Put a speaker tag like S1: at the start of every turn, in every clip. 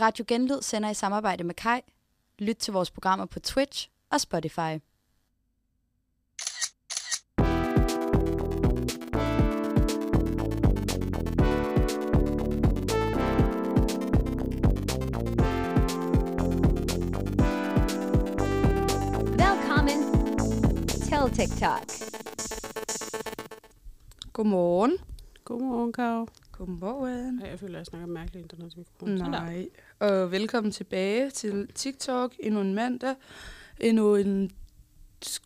S1: Radio Genlyd sender i samarbejde med Kai. Lyt til vores programmer på Twitch og Spotify.
S2: Velkommen til TikTok.
S3: Godmorgen.
S4: Godmorgen, Karo.
S3: Godmorgen.
S4: Ej, jeg føler, at jeg snakker mærkeligt internet til mikrofonen. Sådan der.
S3: Nej. Og velkommen tilbage til TikTok. Endnu en mandag. Endnu en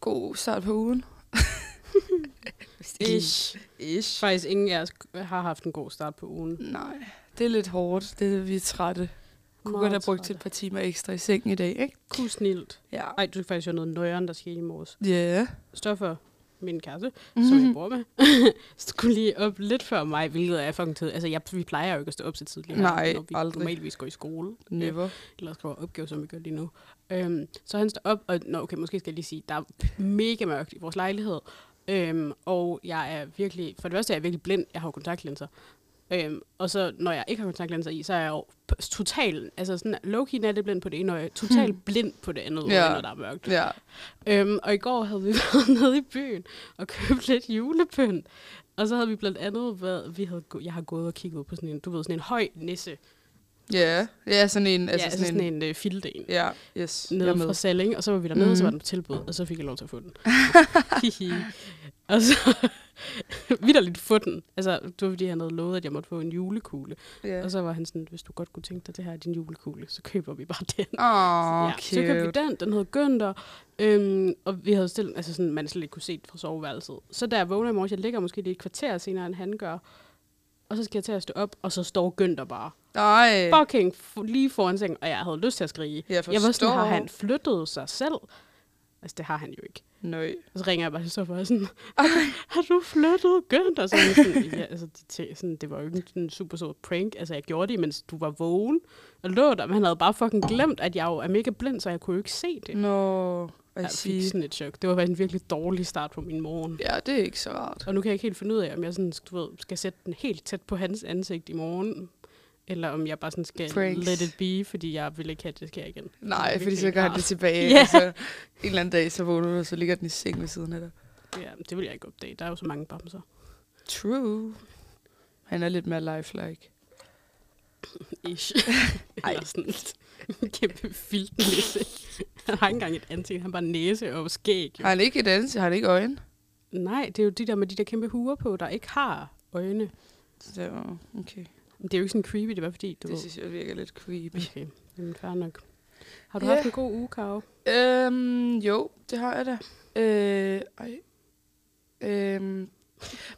S3: god start på ugen.
S4: Ish.
S3: Ish.
S4: Faktisk ingen af os har haft en god start på ugen.
S3: Nej, det er lidt hårdt. Det er, vi er trætte. Kunne
S4: Meget
S3: godt have brugt
S4: trætte.
S3: et par timer ekstra i sengen i dag, ikke?
S4: Kusnilt.
S3: Ja.
S4: Ej, du skal faktisk høre noget nøjeren, der skete i morges.
S3: Ja.
S4: Stoffer, min kæreste, mm-hmm. som jeg
S3: Mhm.
S4: bor med, skulle lige op lidt før mig, hvilket er fucking tid. Altså, jeg, vi plejer jo ikke at stå op så tidligt,
S3: Nej,
S4: når vi
S3: aldrig.
S4: normalvis går i skole. Øh,
S3: Never.
S4: eller skriver opgaver, som vi gør lige nu. Øhm, så han står op, og nå, okay, måske skal jeg lige sige, der er mega mørkt i vores lejlighed, øhm, og jeg er virkelig, for det første er jeg virkelig blind, jeg har jo kontaktlinser, øhm, og så når jeg ikke har kontaktlinser i, så er jeg jo p- total, altså sådan low-key natteblind på det ene øje, total hmm. blind på det andet øje,
S3: Ja.
S4: når der er mørkt.
S3: Ja.
S4: Øhm, og i går havde vi været nede i byen og købt lidt julepynt. Og så havde vi blandt andet været, vi havde, gå- jeg har gået og kigget på sådan en, du ved, sådan en høj nisse.
S3: Ja. Ja, sådan en.
S4: Altså ja, Altså sådan, sådan en, en øh, filte en.
S3: Ja, yes. Jeg er
S4: nede fra
S3: med.
S4: Salling, og så var vi dernede, mm. og så
S3: Mhm.
S4: var den på tilbud, og så fik jeg lov til at få den. Hihi. og så vidderligt få den. Altså, det var fordi, han havde lovet, at jeg måtte få en julekugle.
S3: Ja.
S4: Og så var han sådan, hvis du godt kunne tænke dig, det her er din julekugle, så køber vi bare den.
S3: Åh,
S4: ja, så købte vi
S3: cute.
S4: den, den hed Günther, øhm, og vi havde stillet, altså sådan, man slet ikke kunne se det fra soveværelset. Så da jeg vågner i morges, jeg ligger måske lige et kvarter senere, end han gør, og så skal jeg til at stå op, og så står Günther bare
S3: Nej.
S4: fucking f- lige foran sengen, og jeg havde lyst til at skrige.
S3: Øh. Jeg
S4: Jeg var sådan, har
S3: forstår.
S4: han flyttet sig selv? Altså, det har han jo ikke.
S3: Nøj.
S4: Og så ringer jeg bare til Stoffer og er sådan, har du flyttet Gønt? Og så er han sådan, ja, altså, det, tæ- sådan, det var jo ikke en super sød prank. Altså, jeg gjorde det, mens du var vågen og lå der, men han havde bare fucking glemt, at jeg jo er mega blind, så jeg kunne jo ikke se det.
S3: Mm. Nå. Hvad
S4: Jeg fik
S3: siger
S4: sådan et chok. Det var faktisk en virkelig dårlig start på min morgen.
S3: Ja, det er ikke så rart.
S4: Og nu kan jeg ikke helt finde ud af, om jeg sådan, du ved, skal sætte den helt tæt på hans ansigt i morgen, eller om jeg bare sådan skal
S3: Pranks.
S4: let it be, fordi jeg vil ikke have, at det sker igen.
S3: Nej,
S4: Det er
S3: fordi så
S4: virkelig
S3: gør han
S4: rart.
S3: det tilbage.
S4: Ja.
S3: Yeah. Altså, en eller anden dag, så vågner du, og så ligger den i seng ved siden af dig.
S4: Ja, men det vil jeg ikke opdage. Der er jo så mange bamser.
S3: True. Han er lidt mere lifelike.
S4: Ish. Eller sådan en kæmpe filtnisse. Han har ikke engang et ansigt, han har bare næse og skæg. Jo.
S3: Har han ikke et ansigt? Har han ikke øjne?
S4: Nej, det er jo de der med de der kæmpe huer på, der ikke har øjne.
S3: Så, okay.
S4: Men Det er jo ikke sådan creepy, det er bare fordi, du
S3: Det
S4: ved.
S3: synes jeg virker lidt creepy.
S4: Okay, jamen fair nok. Har du
S3: Ja.
S4: haft en god uge, Karo?
S3: Øhm, jo, det har jeg da. Øh, ej. Øhm,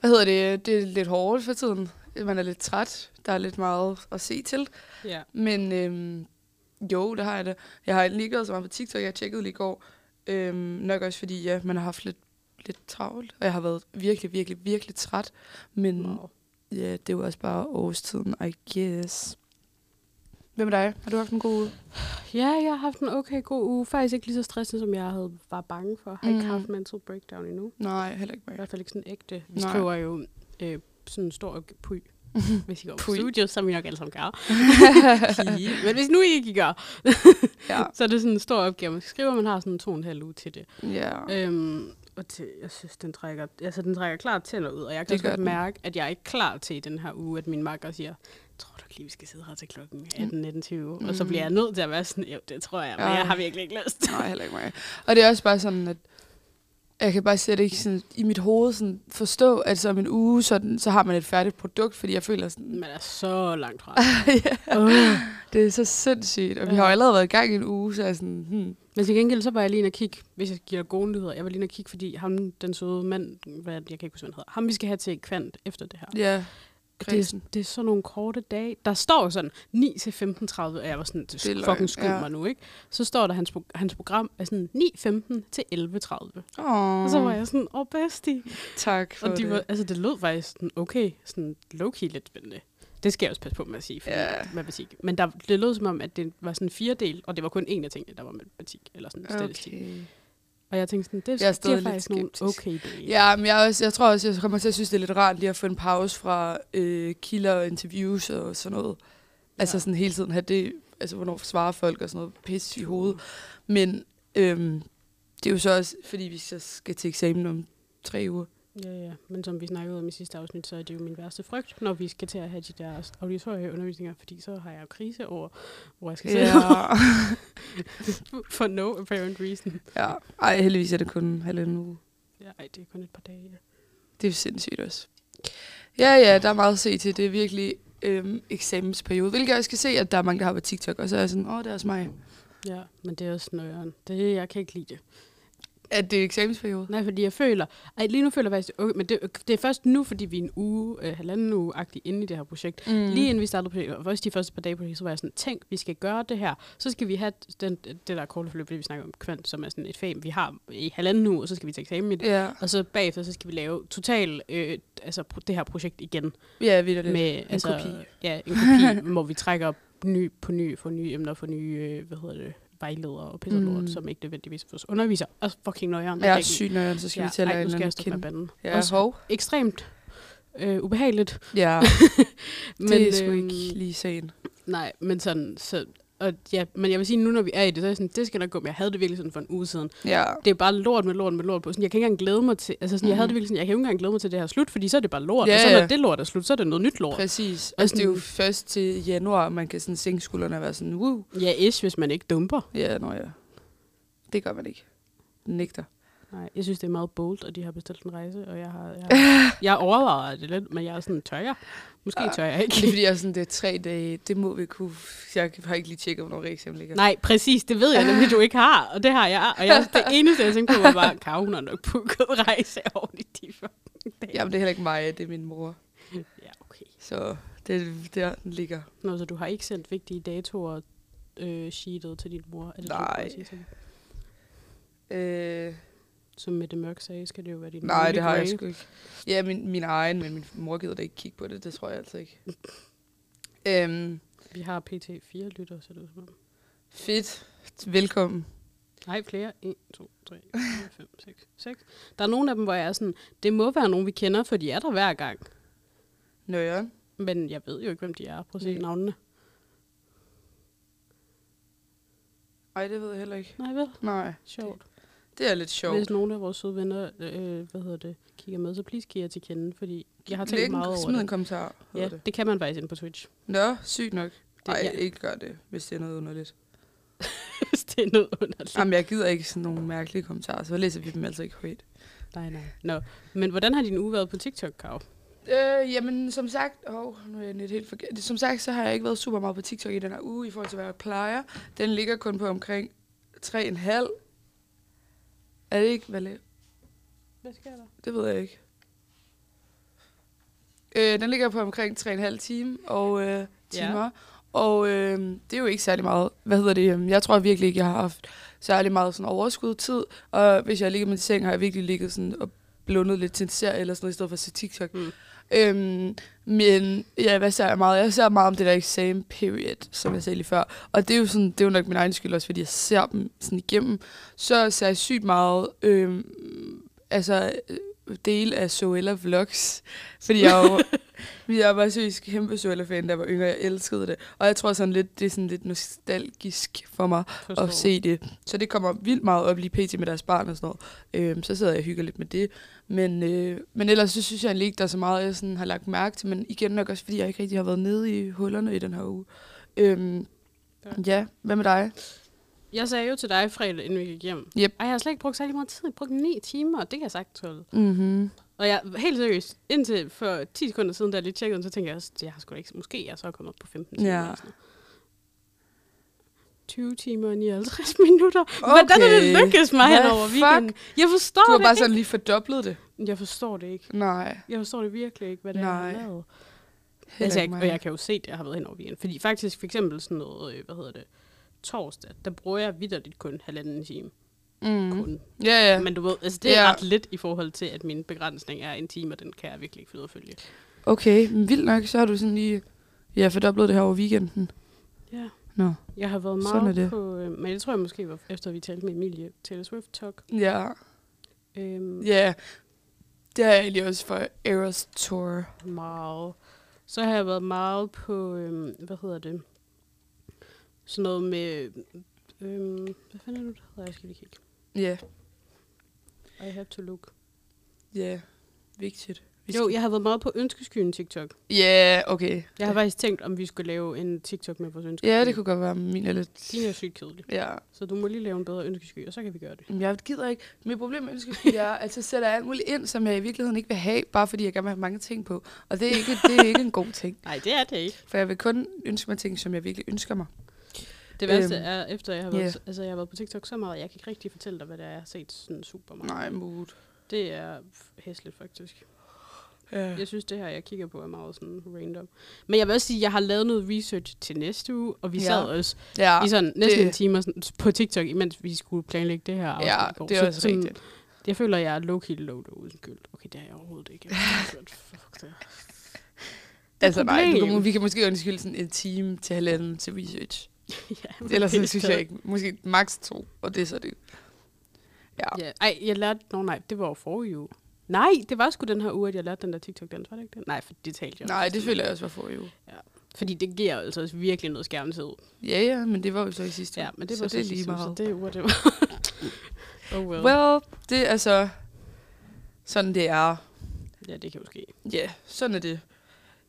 S3: hvad hedder det? Det er lidt hårdt for tiden. Man er lidt træt. Der er lidt meget at se til.
S4: Ja.
S3: Men øhm, jo, det har jeg da. Jeg har lige gået så meget på TikTok, jeg tjekkede lige i går. Øhm, nok også fordi, ja, man har haft lidt, lidt travlt, og jeg har været virkelig, virkelig, virkelig træt. Men wow.
S4: Wow.
S3: ja, det er jo også bare årstiden, I guess. Hvem er dig? Har du haft en god uge?
S4: Ja, jeg har haft en okay god uge. Faktisk ikke lige så stressende, som jeg havde, var bange for. Har ikke
S3: Mm.
S4: haft mental breakdown endnu.
S3: Nej, heller ikke
S4: I
S3: mig.
S4: hvert fald ikke sådan ægte. Vi
S3: Nej.
S4: skriver jo øh, sådan en stor opg- puy, hvis I går på
S3: Puy.
S4: studiet, som I nok alle sammen gør. Hi. Men hvis nu I ikke gør,
S3: Ja,
S4: så er det sådan en stor opgave, man skal skrive, og man har sådan to og en halv uge til det.
S3: ja.
S4: Øhm, og til, jeg synes, den trækker, altså, den trækker klart tænder ud, og jeg kan
S3: Det
S4: også
S3: gør
S4: godt
S3: den.
S4: mærke, at jeg er ikke klar til i den her uge, at min makker siger, tror du ikke lige, vi skal sidde her til klokken 18-19.20? Mm. Og så bliver jeg nødt til at være sådan, jo, det tror jeg, men
S3: Ej.
S4: jeg har virkelig ikke lyst.
S3: Nej, heller ikke mig. Og det er også bare sådan, at jeg kan bare slet ikke sådan, i mit hoved sådan, forstå, at så om en uge, sådan, så har man et færdigt produkt, fordi jeg føler sådan,
S4: Man er så langt fra.
S3: ja.
S4: Åh.
S3: Det er så sindssygt, og vi har jo allerede været i gang i en uge, så jeg er sådan, hmm.
S4: Men til gengæld, så var jeg lige inde og kigge, hvis jeg giver gode nyheder. Jeg var lige inde og kigge, fordi ham, den søde mand, hvad, er det, jeg kan ikke huske, hvad han hedder, ham vi skal have til kvant efter det her.
S3: Ja,
S4: det, er, det er sådan nogle korte dage. Der står jo sådan 9 til 15.30, og jeg var sådan, det
S3: Det er
S4: er
S3: løgn,
S4: fucking skyld
S3: ja.
S4: mig nu, ikke? Så står der, hans, pro- hans program er sådan 9.15 til 11.30.
S3: Åh,
S4: Og så var jeg sådan, åh bestie.
S3: tak for
S4: Og de
S3: det.
S4: var, altså, det lød faktisk sådan, okay, sådan low-key lidt spændende. Det skal jeg også passe på med at sige, fordi
S3: Ja.
S4: yeah. matematik. Men der, det lød som om, at det var sådan fire del, og det var kun en af tingene, der var matematik, eller sådan statistik.
S3: Okay.
S4: Og jeg tænkte sådan, det,
S3: Jeg er
S4: jeg det
S3: stadig
S4: er
S3: lidt
S4: faktisk nogle
S3: skeptisk.
S4: okay dage.
S3: Ja, men jeg, er også, jeg tror også, jeg kommer til at synes, det er lidt rart lige at få en pause fra øh, kilder og interviews og sådan noget. Altså
S4: Ja.
S3: sådan hele tiden have det altså, hvornår svarer folk og sådan noget pis i hovedet. Men øhm, det er jo så også, fordi vi så skal til eksamen om tre uger.
S4: Ja, ja. Men som vi snakkede om i sidste afsnit, så er det jo min værste frygt, når vi skal til at have de der auditorieundervisninger, fordi så har jeg jo krise over, hvor jeg skal sidde
S3: Ja.
S4: for no apparent reason.
S3: ja. Ej, heldigvis er det kun en halvanden uge.
S4: Ja, ej, det er kun et par dage. Ja.
S3: Det er sindssygt også. Ja, ja, der er meget at se til. Det er virkelig øhm, eksamensperiode. Hvilket jeg også kan se, at der er mange, der har på TikTok, og så er jeg sådan, åh, det er også mig.
S4: ja, men det er også nøjeren. Det, jeg kan ikke lide det.
S3: At det er eksamensperiode?
S4: Nej, fordi jeg føler... Ej, lige nu føler jeg faktisk... Okay, men det, det er først nu, fordi vi er en uge, øh, halvanden uge agtig inde i det her projekt.
S3: Mm.
S4: Lige inden vi startede projektet, og også de første par dage på det, så var jeg sådan, tænk, vi skal gøre det her. Så skal vi have den, det der korte forløb, det vi snakker om, kvant, som er sådan et fag, vi har i halvanden uge, og så skal vi til eksamen i det.
S3: Ja,
S4: Og så bagefter, så skal vi lave total, øh, altså pro- det her projekt igen.
S3: ja vidderligt.
S4: Med,
S3: en
S4: altså,
S3: kopi.
S4: Ja, en kopi, hvor vi trækker ny på ny, får nye emner, får nye, øh, hvad hedder det, vejledere og pisser mm.
S3: Mm.
S4: som ikke nødvendigvis er vores underviser. Og fucking nøjeren.
S3: Ja, sygt nøjeren, så skal
S4: ja,
S3: vi til at
S4: ej,
S3: lade en
S4: nu skal
S3: eller
S4: jeg
S3: anden
S4: stoppe med
S3: kende.
S4: banden.
S3: Ja,
S4: Også
S3: hov.
S4: ekstremt øh, ubehageligt.
S3: Ja,
S4: Men,
S3: det er sgu
S4: øhm,
S3: ikke lige sagen.
S4: Nej, men sådan, så, og ja, men jeg vil sige, nu når vi er i det, så er jeg sådan, det skal nok gå, men jeg havde det virkelig sådan for en uge siden.
S3: Ja,
S4: Det er bare lort med lort med lort på. Sådan, jeg kan ikke engang glæde mig til, altså sådan, jeg havde
S3: Mhm.
S4: det virkelig sådan, jeg kan ikke engang glæde mig til det her slut, fordi så er det bare lort,
S3: Ja,
S4: og så når
S3: ja.
S4: det lort er slut, så er det noget nyt lort.
S3: præcis. Altså, det er jo først til januar, man kan sådan sænke skuldrene og være sådan, woo.
S4: Ja, ish, hvis man ikke dumper.
S3: Ja, nå ja. Det gør man ikke. Nægter.
S4: Nej, jeg synes, det er meget bold, og de har bestilt en rejse, og jeg har, jeg, har, jeg overvejer det lidt, men jeg er sådan, tør jeg? Måske
S3: Ah,
S4: tør jeg ikke.
S3: Det er fordi, jeg er sådan, det er tre dage. Det må vi kunne... Jeg har ikke lige tjekket, hvornår eksamen ligger.
S4: Nej, præcis, det ved jeg nemlig, du ikke har, og det har jeg. Og jeg, det eneste, jeg tænkte på, var bare, kan hun har nok booket rejse oven i de fucking dage.
S3: Jamen, det er heller ikke mig, det er min mor.
S4: Ja, okay.
S3: Så det er der, den ligger.
S4: Nå, så du har ikke sendt vigtige datoer øh, sheetet til din mor? Er det det, du
S3: Nej.
S4: prøver at sige til mig?
S3: Øh,
S4: Som Mette Mørk sagde, skal det jo være din
S3: nej,
S4: Holy
S3: det har jeg
S4: Grail.
S3: sgu ikke. Ja, min, min egen, men min mor gider da ikke kigge på det. Det tror jeg altså ikke. Øhm,
S4: Vi har pt. fire lytter, så det er som om.
S3: fedt. Velkommen.
S4: Nej, flere. 1, 2, 3, 4, 5, 6, 6. Der er nogle af dem, hvor jeg er sådan, det må være nogen, vi kender, for de er der hver gang.
S3: Nøjeren.
S4: Men jeg ved jo ikke, hvem de er. Prøv at se
S3: Nej.
S4: navnene.
S3: Nej, det ved jeg heller ikke.
S4: Nej, vel?
S3: Nej,
S4: Sjovt.
S3: det er lidt
S4: Sjovt.
S3: sjovt.
S4: Hvis nogen af vores søde venner, øh, hvad hedder det, kigger med, så please giv jer til kende, fordi jeg har tænkt
S3: Læg en-
S4: meget over
S3: Smid en
S4: det.
S3: kommentar.
S4: Ja,
S3: Ja. Det.
S4: det kan man faktisk inde på Twitch.
S3: Nå, sygt nok. Nej,
S4: ja.
S3: ikke gør det, hvis det er noget underligt.
S4: Hvis det er noget underligt.
S3: Jamen, jeg gider ikke sådan nogle mærkelige kommentarer, så læser vi dem altså ikke højt.
S4: Nej, nej. Nå. Men hvordan har din uge været på TikTok, Kav?
S3: Øh, jamen, som sagt, oh, nu er jeg lidt helt forkert. Som sagt, så har jeg ikke været super meget på TikTok i den her uge, i forhold til, hvad jeg plejer. Den ligger kun på omkring 3,5. Er det ikke, hvad la-
S4: Hvad sker der?
S3: Det ved jeg ikke. Øh, den ligger på omkring 3,5 time og øh, timer. Ja. Og øh, det er jo ikke særlig meget. Hvad hedder det? øhm, Jeg tror virkelig ikke, jeg har haft særlig meget sådan overskud tid. Og hvis jeg ligger med min seng, har jeg virkelig ligget sådan og blundet lidt til en serie eller sådan noget, i stedet for at se TikTok.
S4: Mm.
S3: Mm. Øhm, men ja, hvad ser jeg meget? Jeg ser meget om det der exam period, som jeg sagde lige før. Og det er jo, sådan, det er jo nok min egen skyld også, fordi jeg ser dem sådan igennem. Så ser jeg sygt meget øhm, altså, øh, dele af Zoella Vlogs. Fordi jeg jo, fordi jeg var seriøst kæmpe Zoella-fan, da jeg var yngre. Jeg elskede det. Og jeg tror sådan lidt, det er sådan lidt nostalgisk for mig at se det. Så det kommer vildt meget op lige pt. med deres barn og sådan noget. Øhm, så sidder jeg og hygger lidt med det. Men, øh, men ellers så synes jeg egentlig ikke, der er så meget, jeg sådan har lagt mærke til. Men igen nok også, fordi jeg ikke rigtig har været nede i hullerne i den her uge. Øhm,
S4: Ja.
S3: ja. ja, hvad med dig?
S4: Jeg sagde jo til dig fredag, inden vi gik hjem.
S3: Yep.
S4: Ej, jeg har slet ikke brugt særlig meget tid. Jeg har brugt 9 timer, og det kan jeg sagtens holde.
S3: Mm-hmm.
S4: Og jeg, helt seriøst, indtil for 10 sekunder siden, da jeg lige tjekkede den, så tænkte jeg også, jeg har sgu da ikke, måske jeg så er kommet op på 15 timer.
S3: Ja.
S4: eller sådan noget. 20 timer og 59 minutter. Okay. Hvordan er det
S3: Okay.
S4: lykkedes mig hen
S3: Hvad
S4: over
S3: fuck?
S4: weekenden? Jeg forstår
S3: Du har
S4: det
S3: bare sådan lige fordoblet det.
S4: ikke. Jeg forstår det ikke.
S3: Nej,
S4: Jeg forstår det virkelig ikke, hvad det er, jeg har
S3: Nej.
S4: lavet.
S3: heller
S4: Altså, jeg,
S3: mig.
S4: og jeg kan jo se, at jeg har været hen over weekenden. Fordi faktisk for eksempel sådan noget, øh, hvad hedder det, torsdag, der bruger jeg vidderligt kun halvanden time. Mm.
S3: Mm.
S4: Kun.
S3: Ja, ja.
S4: Ja. Men du ved, altså det er
S3: Ja.
S4: ret lidt i forhold til, at min begrænsning er en time, og den kan jeg virkelig ikke finde ud af at følge.
S3: Okay, men vildt nok, så har du sådan lige ja, fordoblet det her over weekenden.
S4: Ja.
S3: Nå.
S4: Jeg har været
S3: Sådan
S4: meget
S3: er det.
S4: på, øh, men det tror jeg måske var efter vi talte med Emilie, Taylor Swift Talk.
S3: Ja,
S4: Øhm,
S3: ja. Det har jeg egentlig også for Eras Tour.
S4: Meget. Så har jeg været meget på, øhm, hvad hedder det, Sådan noget med... Øhm, hvad fanden er det, nu, det hedder? Jeg skal lige kigge.
S3: Ja,
S4: I have to look.
S3: ja. Vigtigt. Vi
S4: Jo,
S3: skal-
S4: jeg har været meget på ønskeskyen TikTok.
S3: Ja, okay.
S4: Jeg har faktisk tænkt, om vi skulle lave en TikTok med vores ønskesky.
S3: Ja, det kunne godt være min er lidt...
S4: Din er sygt kedelig.
S3: Ja,
S4: Så du må lige lave en bedre ønskesky, og så kan vi gøre det.
S3: Jamen, jeg gider ikke. Mit problem med ønskesky er, at så sætter jeg alt muligt ind, som jeg i virkeligheden ikke vil have, bare fordi jeg gerne vil have mange ting på. Og det er ikke, det er ikke en god ting.
S4: Nej, det er det ikke.
S3: For jeg vil kun ønske mig ting, som jeg virkelig ønsker mig.
S4: Det værste
S3: Øhm,
S4: er, efter jeg har, været,
S3: ja.
S4: altså, jeg har været på TikTok så meget, jeg kan ikke rigtig fortælle dig, hvad det er, jeg har set sådan super meget.
S3: Nej, mood.
S4: Det er f- hæsligt, faktisk.
S3: Ja.
S4: Jeg synes, det her, jeg kigger på, er meget sådan random. Men jeg vil også sige, at jeg har lavet noget research til næste uge, og vi
S3: Ja.
S4: ja. sad også
S3: ja.
S4: i sådan næsten
S3: det-
S4: en time og sådan, på TikTok, imens vi skulle planlægge det her afsnit
S3: Ja,
S4: i går.
S3: det er
S4: Så
S3: også
S4: sådan,
S3: rigtigt.
S4: Jeg føler, jeg er low-key low uden skyld. Okay, det er jeg overhovedet ikke. Jeg har gjort. Fuck det.
S3: Altså nej, vi
S4: problem.
S3: kan, vi kan måske undskylde sådan en time til halvanden til research.
S4: ja,
S3: Ellers
S4: det er
S3: så synes jeg ikke. Måske maks to, og det er så det. Ja.
S4: Ja. Ej, jeg lærte... Nå nej, det var jo forrige uge. Nej, det var sgu den her uge, at jeg lærte den der TikTok-dans, var det ikke det? Nej, for det talte jeg
S3: Nej,
S4: også
S3: det
S4: om.
S3: føler jeg også var for jo.
S4: Fordi det giver altså også virkelig noget skærmtid.
S3: Ja, ja, men det var jo så i sidste
S4: Ja,
S3: uge,
S4: men det
S3: så
S4: var
S3: det er lige
S4: sidste uge,
S3: meget.
S4: Så det er whatever. oh well.
S3: Well, det er så sådan det er.
S4: Ja, det kan jo ske.
S3: Ja, yeah, sådan er det.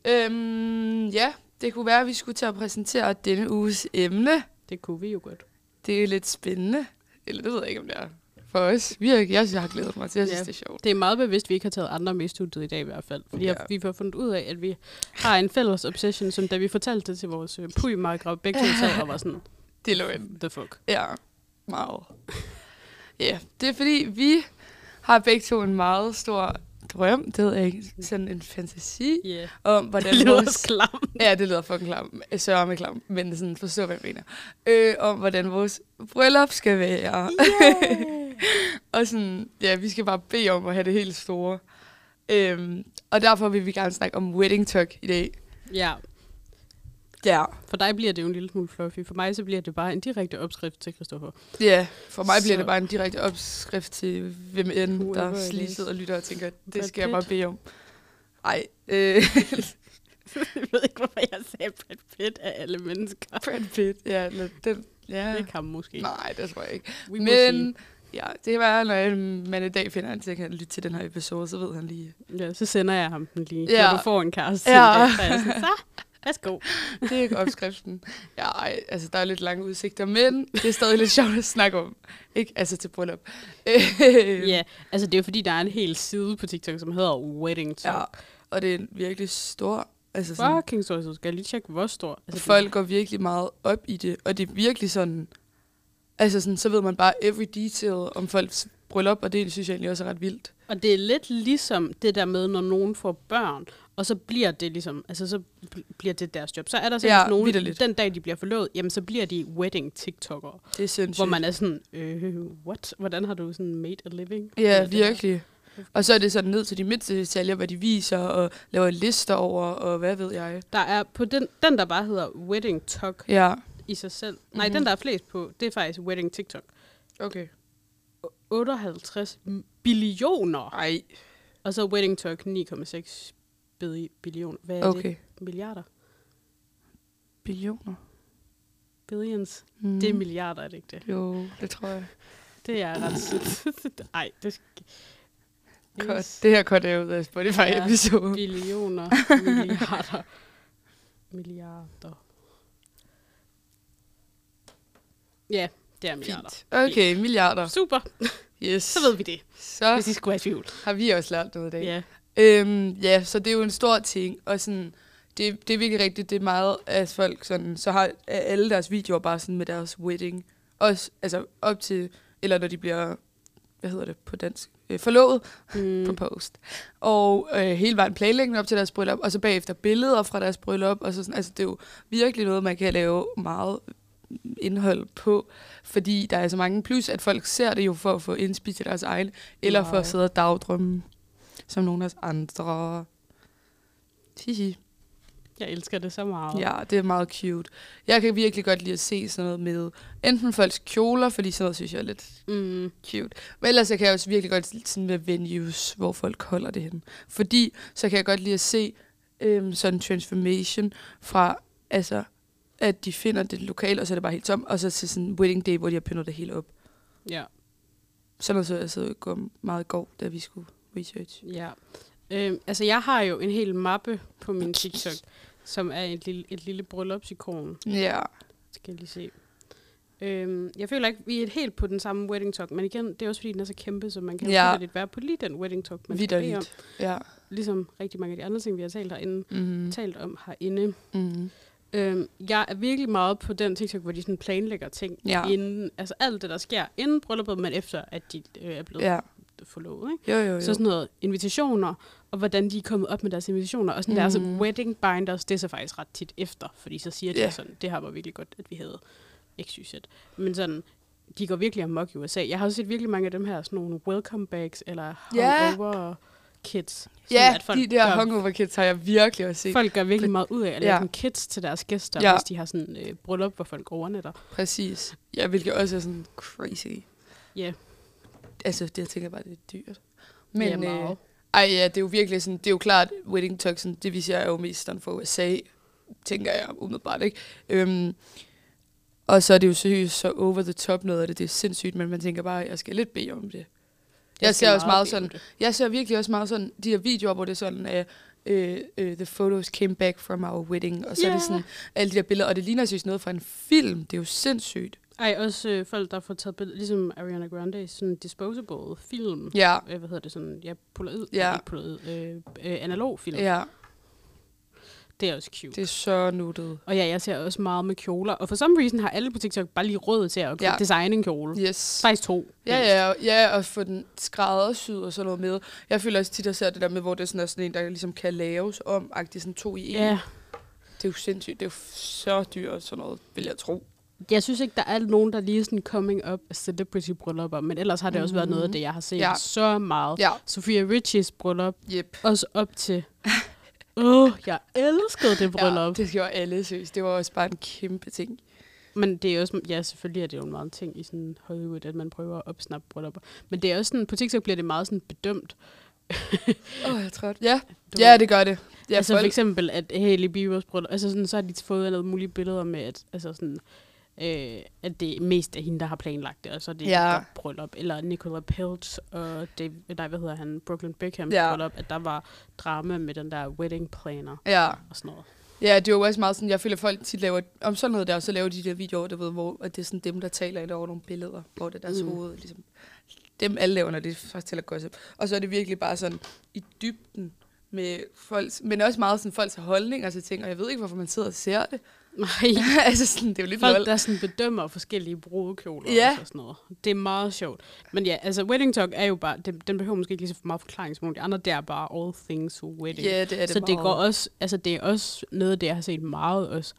S3: Øhm, ja, det kunne være, at vi skulle til at præsentere denne uges emne.
S4: Det kunne vi jo godt.
S3: Det er jo lidt spændende. Eller det ved jeg ikke, om det er for os. Vi har, jeg, jeg har glædet mig til, jeg synes,
S4: Ja.
S3: det er sjovt.
S4: Det er meget bevidst, at vi ikke har taget andre med i studiet i dag i hvert fald. Fordi
S3: Ja.
S4: ja. vi har fundet ud af, at vi har en fælles obsession, som da vi fortalte det til vores øh, pujmarkere, begge to sad og var sådan,
S3: Det er løgn.
S4: the fuck.
S3: Ja, meget. Ja, det er fordi, vi har begge to en meget stor drøm, det ved jeg ikke, sådan en fantasi
S4: Yeah.
S3: om, hvordan
S4: Det lyder
S3: vores
S4: også klam.
S3: Ja, det lyder fucking klam. Sørger med klam, men sådan forstår, hvad jeg mener. Øh, om, hvordan vores bryllup skal være. Yeah. og sådan, ja, vi skal bare bede om at have det helt store. Øhm, og derfor vil vi gerne snakke om wedding talk i dag.
S4: Ja,
S3: Ja.
S4: for dig bliver det jo en lille smule fluffy. For mig så bliver det bare en direkte opskrift til Christoffer.
S3: Ja, for mig bliver
S4: Så-
S3: det bare en direkte opskrift til hvem end,
S4: Whoever
S3: der
S4: it
S3: lige
S4: is.
S3: sidder og lytter og tænker,
S4: Brad
S3: det skal jeg bare
S4: Pitt.
S3: bede om. Ej, øh,
S4: jeg ved ikke, hvorfor jeg sagde Brad Pitt af alle mennesker.
S3: Brad Pitt, ja, eller den, ja.
S4: Ikke ham måske.
S3: Nej, det tror jeg ikke.
S4: We will
S3: Men ja, det kan være, når man i dag finder en til at kan lytte til den her episode, så ved han lige.
S4: see. Ja, så sender jeg ham den lige,
S3: Ja.
S4: ja. når du får en kæreste.
S3: Ja.
S4: Ja. Så er jeg sådan, så, værsgo.
S3: Det er ikke opskriften. ja, ej, altså der er lidt lange udsigter, men det er stadig lidt sjovt at snakke om. Ikke? Altså til bryllup. Øh,
S4: Ja, altså det er jo fordi, der er en hel side på TikTok, som hedder Wedding Talk.
S3: ja.
S4: Ja.
S3: Og det er en virkelig stor... Altså sådan,
S4: Fucking stor, så skal jeg lige tjekke, hvor stor. Altså,
S3: folk går virkelig meget op i det, og det er virkelig sådan... Altså sådan, så ved man bare every detail om folks bryllup, og det synes jeg egentlig også er ret vildt.
S4: Det, og det er lidt ligesom det der med, når nogen får børn, og så bliver det ligesom, altså så bl- bliver det deres job. Så er der så
S3: Ja,
S4: ja, nogen,
S3: vitterligt.
S4: den dag de bliver forlovet, jamen så bliver de wedding TikTokere.
S3: Det er sindssygt.
S4: Hvor man er sådan, øh, what? Hvordan har du sådan made a living? Eller
S3: Ja,
S4: det der.
S3: virkelig. Og så er det sådan ned til de mindste detaljer, hvad de viser, og laver lister over, og hvad ved jeg.
S4: Der er på den, den der bare hedder Wedding Talk
S3: Ja.
S4: i sig selv. Nej,
S3: Mhm.
S4: den der er flest på, det er faktisk Wedding TikTok.
S3: Okay.
S4: 58 billioner.
S3: Ej,
S4: Og så Wedding Talk 9,6 bi- billioner. Hvad er okay.
S3: okay.
S4: det? Milliarder?
S3: Billioner.
S4: Billions?
S3: Mm.
S4: Mm. Det er milliarder, er det ikke det?
S3: Jo, det tror jeg.
S4: Det er ret sødt. Ej, det skal...
S3: Godt. Det her kort er ud af Spotify-episoden.
S4: Billioner, milliarder. Milliarder. Ja, det er milliarder.
S3: Fint. Okay, milliarder.
S4: Super,
S3: Yes.
S4: så ved vi det,
S3: Så
S4: hvis I skulle have tvivl.
S3: har vi også lært noget i dag.
S4: Ja.
S3: Øhm, ja, så det er jo en stor ting, og sådan, det, det er virkelig rigtigt, det er meget af folk, sådan, så har er alle deres videoer bare sådan med deres wedding, også, altså op til, eller når de bliver, hvad hedder det på dansk, øh, forlovet, mm.
S4: Mm.
S3: proposed, og øh, hele vejen planlægningen op til deres bryllup, og så bagefter billeder fra deres bryllup, og så sådan, altså det er jo virkelig noget, man kan lave meget indhold på, fordi der er så mange plus, at folk ser det jo for at få indspist til deres egen, eller wow. for
S4: Wow.
S3: at sidde og dagdrømme, som nogle af os andre. Hihi.
S4: Jeg elsker det så meget.
S3: Ja, det er meget cute. Jeg kan virkelig godt lide at se sådan noget med enten folks kjoler, fordi sådan noget synes jeg er lidt
S4: Mm.
S3: Cute. Men ellers så kan jeg også virkelig godt lide sådan med venues, hvor folk holder det henne. Fordi så kan jeg godt lide at se øhm, sådan en transformation fra, altså, at at de finder det lokale, og så er det bare helt tomt, og så til sådan en wedding day, hvor de har pyntet det hele op.
S4: Ja.
S3: Sådan noget så jeg så går meget i går, da vi skulle research.
S4: Ja. Øhm, altså, jeg har jo en hel mappe på min TikTok, som er et lille, et lille bryllupsikon.
S3: Ja.
S4: Skal jeg lige se. Øhm, jeg føler ikke, vi er helt på den samme wedding talk, men igen, det er også fordi, den er så kæmpe, så man kan
S3: Ja.
S4: ja. lidt være på lige den wedding talk, man skal bede om.
S3: Vidderligt. Ja.
S4: Ligesom rigtig mange af de andre ting, vi har talt, herinde,
S3: Mm-hmm.
S4: mm. talt om herinde.
S3: Mm-hmm.
S4: Øhm, jeg er virkelig meget på den TikTok, hvor de sådan planlægger ting
S3: Ja.
S4: inden, altså alt det, der sker inden brylluppet, men efter, at de øh, er blevet
S3: Ja.
S4: forlovet. Ikke?
S3: Jo, jo, jo.
S4: Så sådan noget invitationer, og hvordan de er kommet op med deres invitationer. Og sådan mm. deres
S3: Mhm.
S4: wedding binders, det er så faktisk ret tit efter, fordi så siger de
S3: Ja.
S4: yeah. sådan, det her var virkelig godt, at vi havde XYZ. Men sådan, de går virkelig amok i USA. Jeg har også set virkelig mange af dem her, sådan nogle welcome bags, eller
S3: Ja.
S4: hungover kids. Sådan
S3: ja,
S4: at folk
S3: de der
S4: gør-
S3: hungover kids har jeg virkelig også set.
S4: Folk gør virkelig meget ud af at lave
S3: Ja.
S4: ja. kids til deres gæster,
S3: Ja.
S4: ja. hvis de har sådan øh, bryllup, hvor folk overnatter.
S3: Præcis. Ja, hvilket også er sådan crazy.
S4: Ja.
S3: Altså, det jeg tænker bare, det er dyrt.
S4: Men, ja, meget.
S3: øh, ej, ja, det er jo virkelig sådan, det er jo klart, wedding talk, sådan, det vi siger, er jo mest sådan for USA, tænker jeg umiddelbart, ikke? Øhm, og så er det jo seriøst så over the top noget af det, det er sindssygt, men man tænker bare, jeg skal lidt bede om det. Jeg, jeg
S4: skal
S3: ser også meget
S4: bede
S3: sådan,
S4: om det.
S3: jeg ser virkelig også meget sådan, de her videoer, hvor det er sådan, at uh, uh, the photos came back from our wedding, og så yeah. er det
S4: Ja.
S3: sådan, alle de her billeder, og det ligner synes noget fra en film, det er jo sindssygt.
S4: Ej, også øh, folk, der får taget billeder, ligesom Ariana Grande, sådan disposable film.
S3: Ja,
S4: øh, hvad hedder det sådan, ja, polaroid,
S3: Ja.
S4: ja. ikke polaroid, øh, øh, analog film. Ja.
S3: ja,
S4: Det er også cute.
S3: det
S4: Det.
S3: er så nuttet.
S4: Og ja, jeg ser også meget med kjoler. Og for some reason har alle på TikTok bare lige råd til at
S3: Ja.
S4: ja. designe en kjole. Ja.
S3: Yes.
S4: Faktisk to.
S3: Ja,
S4: helst.
S3: ja, og- ja, og få den skræddersyet og sådan noget med. Jeg føler også tit, at jeg ser det der med, hvor det er sådan, er sådan en, der ligesom kan laves om, agtig sådan to i en.
S4: Ja,
S3: Det er jo sindssygt. Det er jo f- så dyrt sådan noget, vil jeg tro.
S4: jeg synes ikke, der er nogen, der lige er sådan coming up af celebrity bryllupper, men ellers har det også været noget af det, jeg har set
S3: Mm. Ja.
S4: ja. så meget.
S3: Ja,
S4: Sofia Riches bryllup,
S3: yep.
S4: også op til... Åh, oh, jeg elskede det
S3: Ja,
S4: bryllup. Ja, det...
S3: det gjorde alle, seriøst. Det var også bare en kæmpe ting.
S4: Men det er også, ja, selvfølgelig er det jo en meget ting i sådan Hollywood, at man prøver at opsnappe bryllupper. Men det er også sådan, på TikTok bliver det meget sådan bedømt,
S3: Åh, oh, jeg er træt. Ja.
S4: Du
S3: ja,
S4: ved.
S3: det gør det. Ja,
S4: Ja, altså for
S3: folk-
S4: eksempel, at Hailey Bieber's bryllup, altså sådan, så har de fået alle mulige billeder med, at, altså sådan, øh, at det mest er hende, der har planlagt det, og så er det
S3: Ja.
S4: ja. et godt bryllup. Eller Nicola Peltz og David, nej, hvad hedder han, Brooklyn Beckham
S3: Ja.
S4: ja. bryllup, at der var drama med den der wedding planner
S3: Ja.
S4: og sådan noget.
S3: ja, det er jo også meget sådan, jeg føler, at folk tit laver om sådan noget der, og så laver de der videoer, der ved, hvor at det er sådan dem, der taler ind over nogle billeder, hvor det er deres mm.
S4: Mm.
S3: hoved, ligesom dem alle laver, når det fortæller gossip. Og så er det virkelig bare sådan i dybden med folks, men også meget sådan folks holdninger til ting, og jeg ved ikke, hvorfor man sidder og ser det.
S4: Nej,
S3: altså sådan, det er jo lidt lol.
S4: folk der sådan bedømmer forskellige brudekjoler
S3: Ja.
S4: ja. og sådan noget. Det er meget sjovt. Men ja, altså wedding talk er jo bare, den, den behøver måske ikke lige så meget forklaring som nogle af de andre, det er bare all things wedding.
S3: Ja, det er det
S4: så det
S3: meget.
S4: går også, altså det er også noget af det, jeg har set meget også,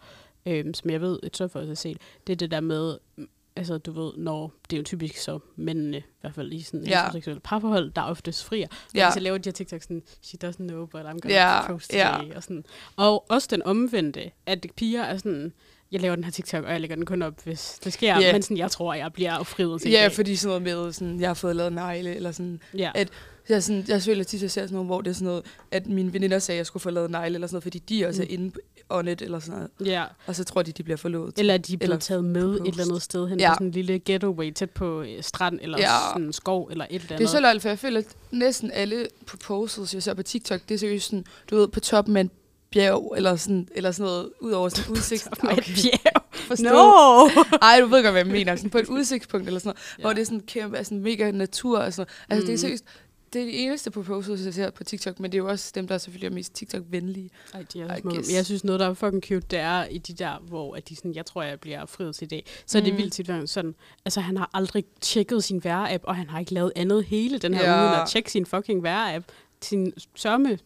S4: øhm, som jeg ved, et for har set, det er det der med, mm, altså du ved, når det er jo typisk så mændene, i hvert fald i sådan
S3: Ja.
S4: ja. heteroseksuelle parforhold, der oftest frier,
S3: Ja.
S4: ja. så laver de her TikTok sådan, she doesn't know, but I'm gonna
S3: Ja,
S4: ja. propose
S3: ja.
S4: today, og sådan. Og også den omvendte, at piger er sådan, jeg laver den her TikTok, og jeg lægger den kun op, hvis det sker,
S3: Ja.
S4: men sådan, jeg tror, jeg bliver friet til
S3: Ja,
S4: det.
S3: fordi sådan noget med, sådan, jeg har fået lavet negle, eller sådan,
S4: ja.
S3: at jeg, sådan, jeg føler tit, at jeg ser sådan noget, hvor det er sådan noget, at mine veninder sagde, at jeg skulle få lavet negle, eller sådan noget, fordi de også er
S4: Mm.
S3: inde on it, eller sådan noget.
S4: ja.
S3: Og så tror de, de bliver forlovet.
S4: Eller at de er blevet
S3: Eller
S4: eller taget med
S3: post.
S4: et eller andet sted hen
S3: Ja.
S4: ja. på sådan en lille getaway tæt på øh, strand eller
S3: Ja.
S4: ja. sådan en skov eller et eller andet.
S3: Det er så løgn, for jeg føler, at næsten alle proposals, jeg ser på TikTok, det er seriøst sådan, du ved, på toppen af en bjerg, eller sådan, eller sådan noget, ud over sådan en udsigt.
S4: med et bjerg.
S3: forstå.
S4: No!
S3: Ej, du ved godt, hvad jeg mener. Sådan på et udsigtspunkt eller sådan noget, ja.
S4: Ja.
S3: hvor det er sådan kæmpe, altså mega natur og sådan noget. Altså, mm. det er
S4: Mm.
S3: seriøst, det er de eneste proposals, jeg ser på TikTok, men det er jo også dem, der selvfølgelig er mest TikTok-venlige.
S4: Ej, de
S3: I
S4: er smukke.
S3: guess.
S4: Men jeg synes, noget, der er fucking cute, det er i de der, hvor at de sådan, jeg tror, jeg bliver friet til i dag. Så mm. er
S3: Mm.
S4: det vildt tit været sådan, altså han har aldrig tjekket sin vejr-app, og han har ikke lavet andet hele den her
S3: Ja.
S4: ja. uge, end at tjekke sin fucking vejr-app, sin sørme,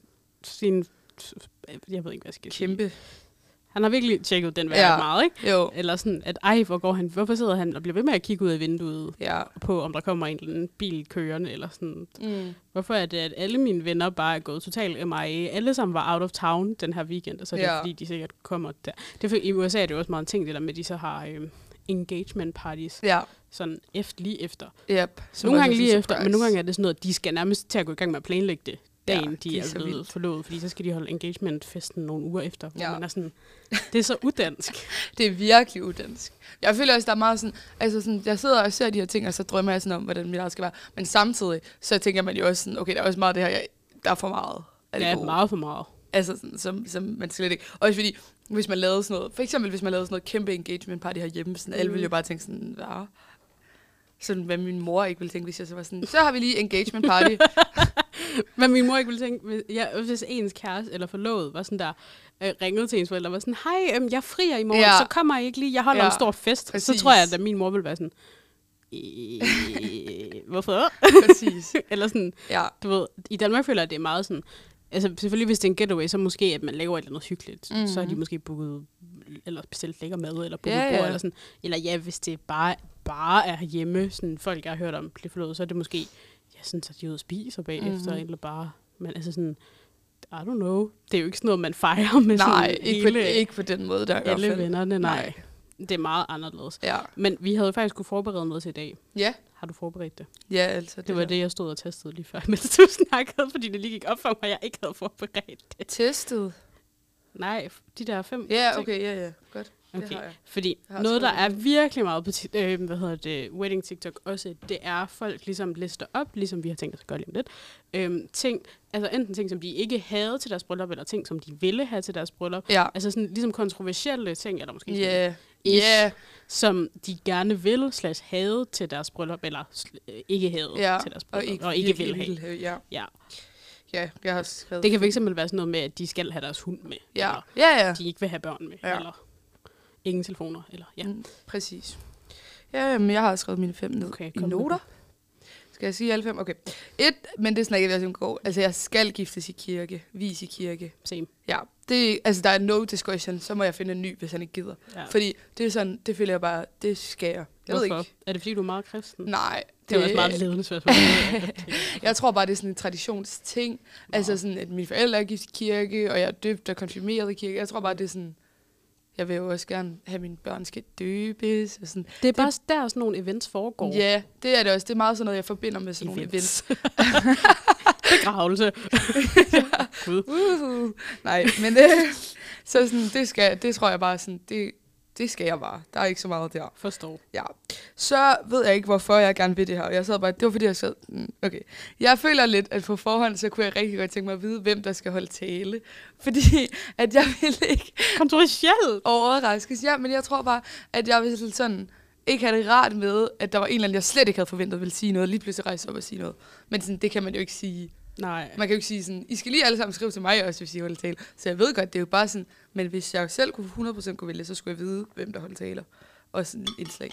S4: sin, jeg ved ikke, hvad jeg skal sige.
S3: Kæmpe.
S4: Han har virkelig tjekket den vejr
S3: Ja.
S4: ja. meget, ikke?
S3: Jo.
S4: Eller sådan, at ej, hvor går han, hvorfor sidder han og bliver ved med at kigge ud af vinduet?
S3: Ja.
S4: på, om der kommer en eller anden bil kørende, eller sådan.
S3: Mm.
S4: Hvorfor er det, at alle mine venner bare er gået totalt MIA? Alle sammen var out of town den her weekend, og så er det
S3: Ja.
S4: ja. fordi, de sikkert kommer der. Det er, for- I USA er det jo også meget en ting, det der med, at de så har øhm, engagement parties,
S3: Ja.
S4: sådan efter, lige efter.
S3: Yep. ligesom
S4: Så nogle gange lige efter, men nogle gange er det sådan noget, at de skal nærmest til at gå i gang med at planlægge det dagen,
S3: Ja,
S4: ja,
S3: det
S4: de
S3: er
S4: er,
S3: så
S4: er blevet
S3: vildt.
S4: forlovet, fordi så skal de holde engagement-festen nogle uger efter, hvor
S3: Ja.
S4: ja. man er sådan, det er så udansk.
S3: Det er virkelig udansk. Jeg føler også, der er meget sådan, altså sådan, jeg sidder og ser de her ting, og så drømmer jeg sådan om, hvordan mit eget skal være. Men samtidig, så tænker man jo også sådan, okay, der er også meget af det her, jeg, der er for meget. af
S4: Det er
S3: gode.
S4: meget for meget.
S3: Altså sådan, som, som man slet ikke... Også fordi, hvis man lavede sådan noget... For eksempel, hvis man lavede sådan noget kæmpe engagement party herhjemme, sådan, alle
S4: Mm.
S3: ville jo bare tænke sådan, hvad? Sådan, hvad min mor ikke ville tænke, hvis jeg så var sådan, så har vi lige engagement party.
S4: Hvad min mor ikke ville tænke, hvis, ja, hvis ens kæreste eller forlovet var sådan der, øh, ringede til ens forældre og var sådan, hej, øhm, jeg frier i morgen,
S3: Ja.
S4: ja. så kommer I ikke lige, jeg holder
S3: Ja,
S4: ja. en stor fest. Præcis. Så
S3: præcis.
S4: tror jeg, at min mor ville være sådan, "Øh, hvorfor?
S3: Præcis.
S4: eller sådan,
S3: Ja,
S4: du ved, i Danmark føler jeg, det er meget sådan, altså selvfølgelig hvis det er en getaway, så måske, at man laver et eller andet hyggeligt. Mm. Så har de måske booket, eller bestilt lækker mad, eller booket
S3: Mhm. Ja,
S4: yeah,
S3: ja.
S4: bord, eller sådan. Eller ja, hvis det bare, bare er hjemme, sådan folk, jeg har hørt om, bliver forlovet, så er det måske, ja, sådan så de er ude og spiser bagefter,
S3: Mhm.
S4: mm. eller bare, men altså sådan, I don't know. Det er jo ikke sådan noget, man fejrer med
S3: nej,
S4: sådan
S3: ikke på,
S4: hele,
S3: ikke på den måde, der i hvert
S4: alle
S3: fald.
S4: vennerne, nej.
S3: Nej.
S4: nej. Det er meget anderledes.
S3: Ja.
S4: Men vi havde jo faktisk kunne forberede noget til i dag.
S3: Ja,
S4: Har du forberedt det?
S3: ja altså.
S4: Det var
S3: der.
S4: det, jeg stod og testede lige før, mens du snakkede, fordi det lige gik op for mig, at jeg ikke havde forberedt det.
S3: Testet.
S4: Nej, f- de der fem
S3: Ja,
S4: ting.
S3: okay, ja, ja. Godt. Det har
S4: okay.
S3: jeg.
S4: Fordi
S3: Jeg har
S4: noget, der er
S3: skrevet
S4: virkelig meget på ti- øh, hvad hedder det, wedding TikTok også, det er, at folk ligesom lister op, ligesom vi har tænkt os at gøre lige om lidt, øhm, ting, altså enten ting, som de ikke havde til deres bryllup, eller ting, som de ville have til deres bryllup.
S3: Ja.
S4: Altså sådan ligesom kontroversielle ting, eller måske sådan
S3: Ja,
S4: ish,
S3: ja,
S4: som de gerne vil slash havde til deres bryllup, eller sl- øh, ikke havde
S3: ja.
S4: til deres
S3: Og
S4: bryllup,
S3: ikke, øh,
S4: og ikke vil have.
S3: Ja,
S4: Ja.
S3: ja, jeg har skrevet.
S4: Det kan fx være sådan noget med, at de skal have deres hund med,
S3: Ja,
S4: eller
S3: ja, ja.
S4: de ikke vil have børn med,
S3: Ja.
S4: eller ingen telefoner, eller ja.
S3: Mm, præcis. Ja, men jeg har også skrevet mine fem ned
S4: Okay,
S3: i
S4: kom med
S3: noter. Skal jeg sige alle fem? Okay. Et, men det snakker vi også om i går. Altså, jeg skal giftes i kirke. Vis i kirke.
S4: Same.
S3: Ja, det, altså, der er no discussion. Så må jeg finde en ny, hvis han ikke gider.
S4: Ja.
S3: Fordi det er sådan, det føler jeg bare, det skal jeg. Jeg ved ikke.
S4: Er det fordi, du er meget kristen?
S3: Nej.
S4: Det er også meget ledende spørgsmål.
S3: Jeg tror bare, det er sådan en traditionsting. Altså sådan, at mine forældre er gift i kirke, og jeg er døbt og konfirmeret i kirke. Jeg tror bare, det er sådan, jeg vil jo også gerne have, at mine børn skal døbes. Og sådan.
S4: det er bare der, sådan nogle events foregår.
S3: Ja, det er det også. Det er meget sådan noget, jeg forbinder med sådan nogle events.
S4: Begravelse.
S3: Uhuh. Nej, men øh, så sådan, det, skal, det tror jeg bare, sådan, det, det skal jeg bare. Der er ikke så meget der.
S4: Forstår.
S3: Ja. Så ved jeg ikke, hvorfor jeg gerne vil det her. Jeg sad bare, det var fordi, jeg sad, mm, okay. Jeg føler lidt, at på forhånd, så kunne jeg rigtig godt tænke mig at vide, hvem der skal holde tale. Fordi at jeg ville ikke
S4: Kontroversielt.
S3: overraskes. Ja, men jeg tror bare, at jeg ville sådan ikke have det rart med, at der var en eller anden, jeg slet ikke havde forventet ville sige noget, lige pludselig rejse sig op og sige noget. Men sådan, det kan man jo ikke sige.
S4: Nej.
S3: Man kan jo ikke sige sådan, I skal lige alle sammen skrive til mig også, hvis I holder tale. Så jeg ved godt, det er jo bare sådan, men hvis jeg selv kunne 100% kunne vælge, så skulle jeg vide, hvem der holder taler. Og sådan indslag.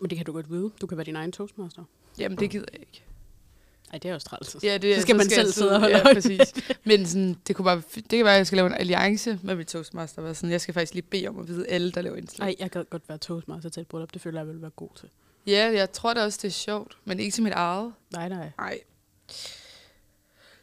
S4: Men det kan du godt vide. Du kan være din egen toastmaster.
S3: Jamen, det gider jeg ikke.
S4: Nej, det er også træls.
S3: Ja, det,
S4: Så skal man selv
S3: jeg
S4: sidde og holde
S3: ja,
S4: øje.
S3: præcis. Men sådan, det, kunne bare, det kan være, at jeg skal lave en alliance med mit toastmaster. Hvor sådan, jeg skal faktisk lige bede om at vide alle, der laver indslag.
S4: Nej, jeg gad godt være toastmaster til et bryllup. Det føler jeg, jeg vil være god til.
S3: Ja, jeg tror da også, det er sjovt, men ikke til mit eget.
S4: Nej, nej.
S3: Nej.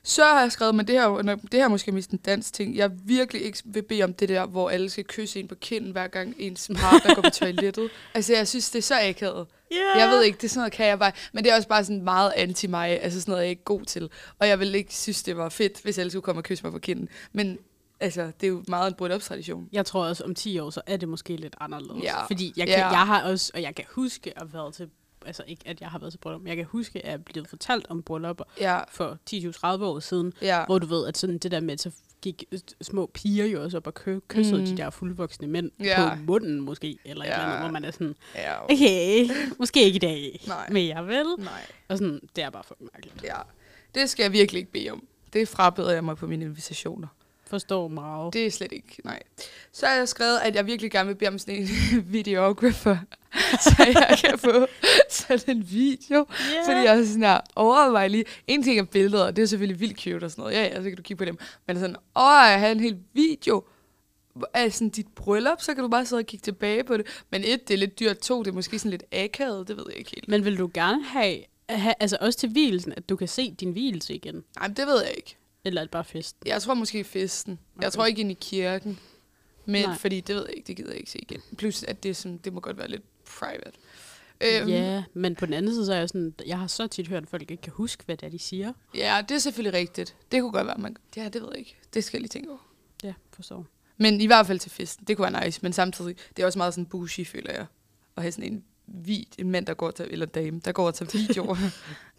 S3: Så har jeg skrevet, men det her, er jo- nå, det her er måske mest en dansk ting. Jeg virkelig ikke vil bede om det der, hvor alle skal kysse en på kinden, hver gang ens partner går på toilettet. Altså, jeg synes, det er så akavet.
S4: Yeah.
S3: Jeg ved ikke, det er sådan noget, kan jeg bare... Men det er også bare sådan meget anti mig, altså sådan noget, jeg er ikke god til. Og jeg ville ikke synes, det var fedt, hvis alle skulle komme og kysse mig på kinden. Men altså, det er jo meget en brudt tradition.
S4: Jeg tror også, om 10 år, så er det måske lidt anderledes.
S3: Ja.
S4: Fordi jeg,
S3: Ja.
S4: kan, jeg har også, og jeg kan huske at have været til, altså ikke at jeg har været til bryllup, men jeg kan huske at jeg blev fortalt om bryllupper
S3: Ja,
S4: for 10-30 år siden,
S3: ja,
S4: hvor du ved, at sådan det der med, at så gik øh, små piger jo også op og kø- kyssede
S3: Mm.
S4: mm. de der fuldvoksne mænd
S3: Ja.
S4: på munden måske, eller ja. et
S3: Ja.
S4: eller andet, hvor man er sådan,
S3: ja.
S4: okay, måske ikke i dag,
S3: Nej.
S4: men jeg vil.
S3: Nej.
S4: Og sådan, det er bare for mærkeligt.
S3: Ja, det skal jeg virkelig ikke bede om. Det frabeder jeg mig på mine invitationer.
S4: Forstår meget.
S3: Det er slet ikke, nej. Så har jeg skrevet, at jeg virkelig gerne vil bede om sådan en videographer, så jeg kan få sådan en video. Yeah. Fordi jeg er sådan her, overvej lige. En ting er billeder, og det er selvfølgelig vildt cute og sådan noget. Ja, ja, så kan du kigge på dem. Men sådan, åh, jeg har en hel video af sådan dit bryllup, så kan du bare sidde og kigge tilbage på det. Men et, det er lidt dyrt. To, det er måske sådan lidt akavet, det ved jeg ikke helt.
S4: Men vil du gerne have, have, altså også til hvilesen, at du kan se din hvilelse igen?
S3: Nej, men det ved jeg ikke.
S4: Eller er det bare fest?
S3: Jeg tror måske i festen. Okay. Jeg
S4: Okay.
S3: tror ikke ind i kirken. Men Nej.
S4: Nej.
S3: fordi det ved jeg ikke, det gider jeg ikke se igen. Plus at det, er sådan, det må godt være lidt private. Øhm,
S4: Ja, men på den anden side, så er jeg sådan, jeg har så tit hørt, at folk ikke kan huske, hvad det er, de siger.
S3: ja, det er selvfølgelig rigtigt. Det kunne godt være, man... Ja, det ved jeg ikke. Det skal jeg lige tænke over.
S4: Ja, forstår.
S3: Men i hvert fald til festen. Det kunne være nice. Men samtidig, det er også meget sådan bougie, føler jeg. At have sådan en vid, en mand, der går til, eller dame, der går og tager videoer.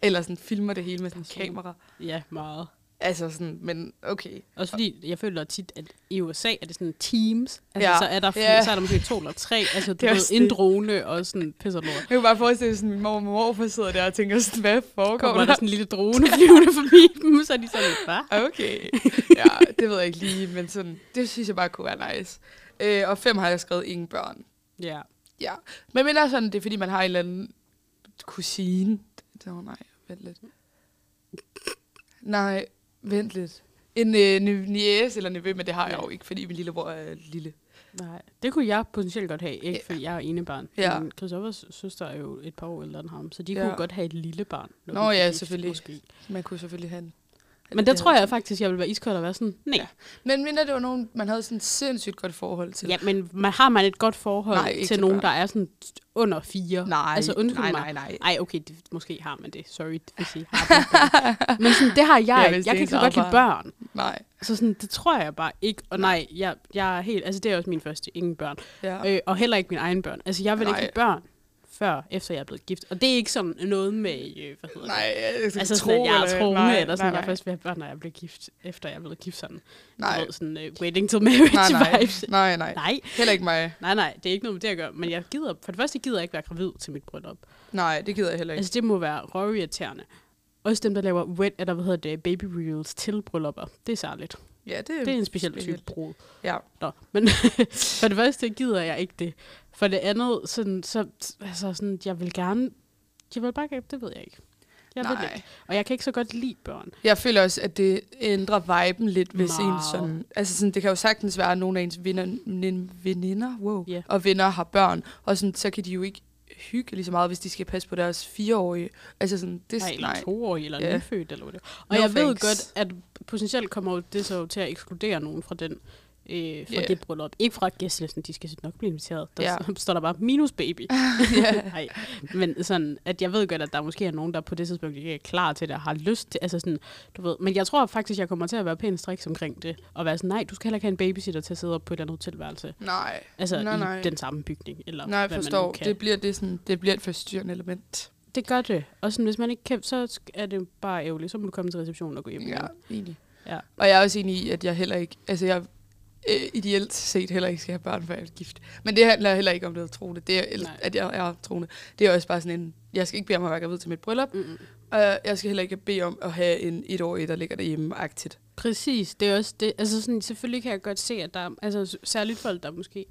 S3: eller sådan filmer det hele med sådan en kamera.
S4: Ja, meget.
S3: Altså sådan, men okay.
S4: Også fordi, jeg føler tit, at i USA er det sådan teams. Altså,
S3: Ja.
S4: ja. så, er der,
S3: Ja.
S4: så er der måske to eller tre. Altså,
S3: Det
S4: du
S3: er
S4: ved,
S3: også
S4: en
S3: det.
S4: drone og sådan pisser lort.
S3: Jeg kunne bare forestille, at min mor og morfar sidder der og tænker sådan, hvad foregår
S4: Kommer
S3: der?
S4: der sådan en lille drone flyvende forbi dem, så er de sådan, hvad?
S3: Okay. Ja, det ved jeg ikke lige, men sådan, det synes jeg bare kunne være nice. Øh, og fem har jeg skrevet ingen børn.
S4: Ja.
S3: Ja. Men mindre sådan, det er fordi, man har en eller anden kusine. Åh oh, nej, vent lidt. Nej, vent lidt. En øh, niæs eller nevø, men det har jeg jo ikke, fordi min lillebror er lille.
S4: Nej, det kunne jeg potentielt godt have, ikke?
S3: Ja.
S4: Fordi jeg er enebarn.
S3: Ja.
S4: Men Christoffers søster er jo et par år ældre end ham, så de
S3: Ja.
S4: kunne godt have et lille barn. når
S3: Nå
S4: de blev
S3: ja,
S4: gift,
S3: selvfølgelig.
S4: Måske.
S3: Man kunne selvfølgelig have en.
S4: Men der tror jeg faktisk, jeg ville være iskold og være sådan, nej. Ja.
S3: Men mindre det var nogen, man havde sådan et sindssygt godt forhold til.
S4: Ja, men man, har man et godt forhold
S3: Nej,
S4: nej,
S3: ikke
S4: til
S3: til
S4: nogen,
S3: børn.
S4: der er sådan under fire?
S3: Nej,
S4: altså, undskyld
S3: nej, nej,
S4: mig.
S3: nej.
S4: Ej, okay, det, måske har man det. Sorry, hvis I har børn. Men sådan, det har jeg
S3: Ja,
S4: ja,
S3: hvis
S4: ikke.
S3: det
S4: Jeg
S3: ens
S4: kan ikke så godt lide
S3: eget
S4: børn.
S3: Nej.
S4: Så sådan, det tror jeg bare ikke. Og nej, jeg, jeg er helt... Altså, det er også min første ingen børn.
S3: Ja.
S4: Øh, og heller ikke mine egne børn. Altså, jeg vil
S3: Nej.
S4: ikke have børn, før efter jeg er blevet gift. Og det er ikke som noget med, øh, hvad hedder
S3: nej, jeg
S4: det?
S3: skal
S4: Altså,
S3: tro,
S4: sådan, at jeg er
S3: eller-
S4: troende,
S3: nej,
S4: eller sådan,
S3: nej,
S4: jeg
S3: nej.
S4: først vil have børn, når jeg bliver gift, efter jeg er blevet gift sådan.
S3: Nej.
S4: Du ved, sådan, øh, waiting till marriage
S3: Nej, nej,
S4: vibes.
S3: nej, nej.
S4: Nej,
S3: Heller ikke mig.
S4: nej, nej, det er ikke noget med det at gøre, men jeg gider, for det første gider jeg ikke være gravid til mit bryllup.
S3: Nej, det gider jeg heller ikke.
S4: Altså, det må være røvirriterende. Også dem, der laver wet, eller hvad hedder det, baby reels til bryllupper. Det er særligt.
S3: ja, det,
S4: Det er en speciel type brud.
S3: Ja.
S4: Nå, men for det første gider jeg ikke det. For det andet, sådan, så, altså sådan, jeg vil gerne, jeg vil bare gerne, det ved jeg ikke. Jeg Nej.
S3: Nej.
S4: ved ikke. Og jeg kan ikke så godt lide børn.
S3: Jeg føler også, at det ændrer viben lidt, hvis Meget. en
S4: Meget.
S3: sådan... Altså sådan, det kan jo sagtens være, at nogle af ens venner, nen- veninder wow,
S4: Ja.
S3: og venner har børn, og sådan, så kan de jo ikke hygge lige så meget, hvis de skal passe på deres fireårige. Altså sådan, det
S4: Nej,
S3: er
S4: eller
S3: nej.
S4: toårig, eller
S3: Ja.
S4: yeah. nyfødt, eller hvad det er. Og
S3: No
S4: jeg ved
S3: thanks.
S4: godt, at potentielt kommer jo det så jo til at ekskludere nogen fra den øh, fra
S3: Ja.
S4: yeah. det bryllup. Ikke fra gæstelisten, de skal nok blive inviteret. Der
S3: Ja.
S4: yeah. står der bare, minus baby. Nej, men sådan, at jeg ved godt, at der måske er nogen, der på det tidspunkt ikke er klar til det, og har lyst til, altså sådan, du ved, men jeg tror faktisk, jeg kommer til at være pænt striks omkring det, og være sådan, nej, du skal heller ikke have en babysitter til at sidde op på et eller andet tilværelse,
S3: Nej,
S4: altså
S3: Nej,
S4: nej,
S3: nej.
S4: i den samme bygning, eller
S3: nej,
S4: hvad
S3: forstår.
S4: man nu kan.
S3: Det bliver, det, sådan, det bliver et forstyrrende element.
S4: det gør det, og sådan, hvis man ikke kan, så sk- er det bare ærgerligt, så må du komme til receptionen og gå hjem.
S3: Ja,
S4: igen.
S3: enig.
S4: Ja.
S3: Og jeg er også enig i, at jeg heller ikke... Altså, jeg øh, ideelt set heller ikke skal have børn, før jeg er gift. Men det handler heller ikke om noget troende. Det er, eller,
S4: Nej.
S3: at jeg er troende. Det er også bare sådan en... Jeg skal ikke bede om at være gravid til mit bryllup.
S4: Mm-mm.
S3: Og jeg skal heller ikke bede om at have en etårig, der ligger derhjemme-agtigt.
S4: Præcis, det er også det. Altså sådan, selvfølgelig kan jeg godt se, at der er, altså s- særligt folk, der måske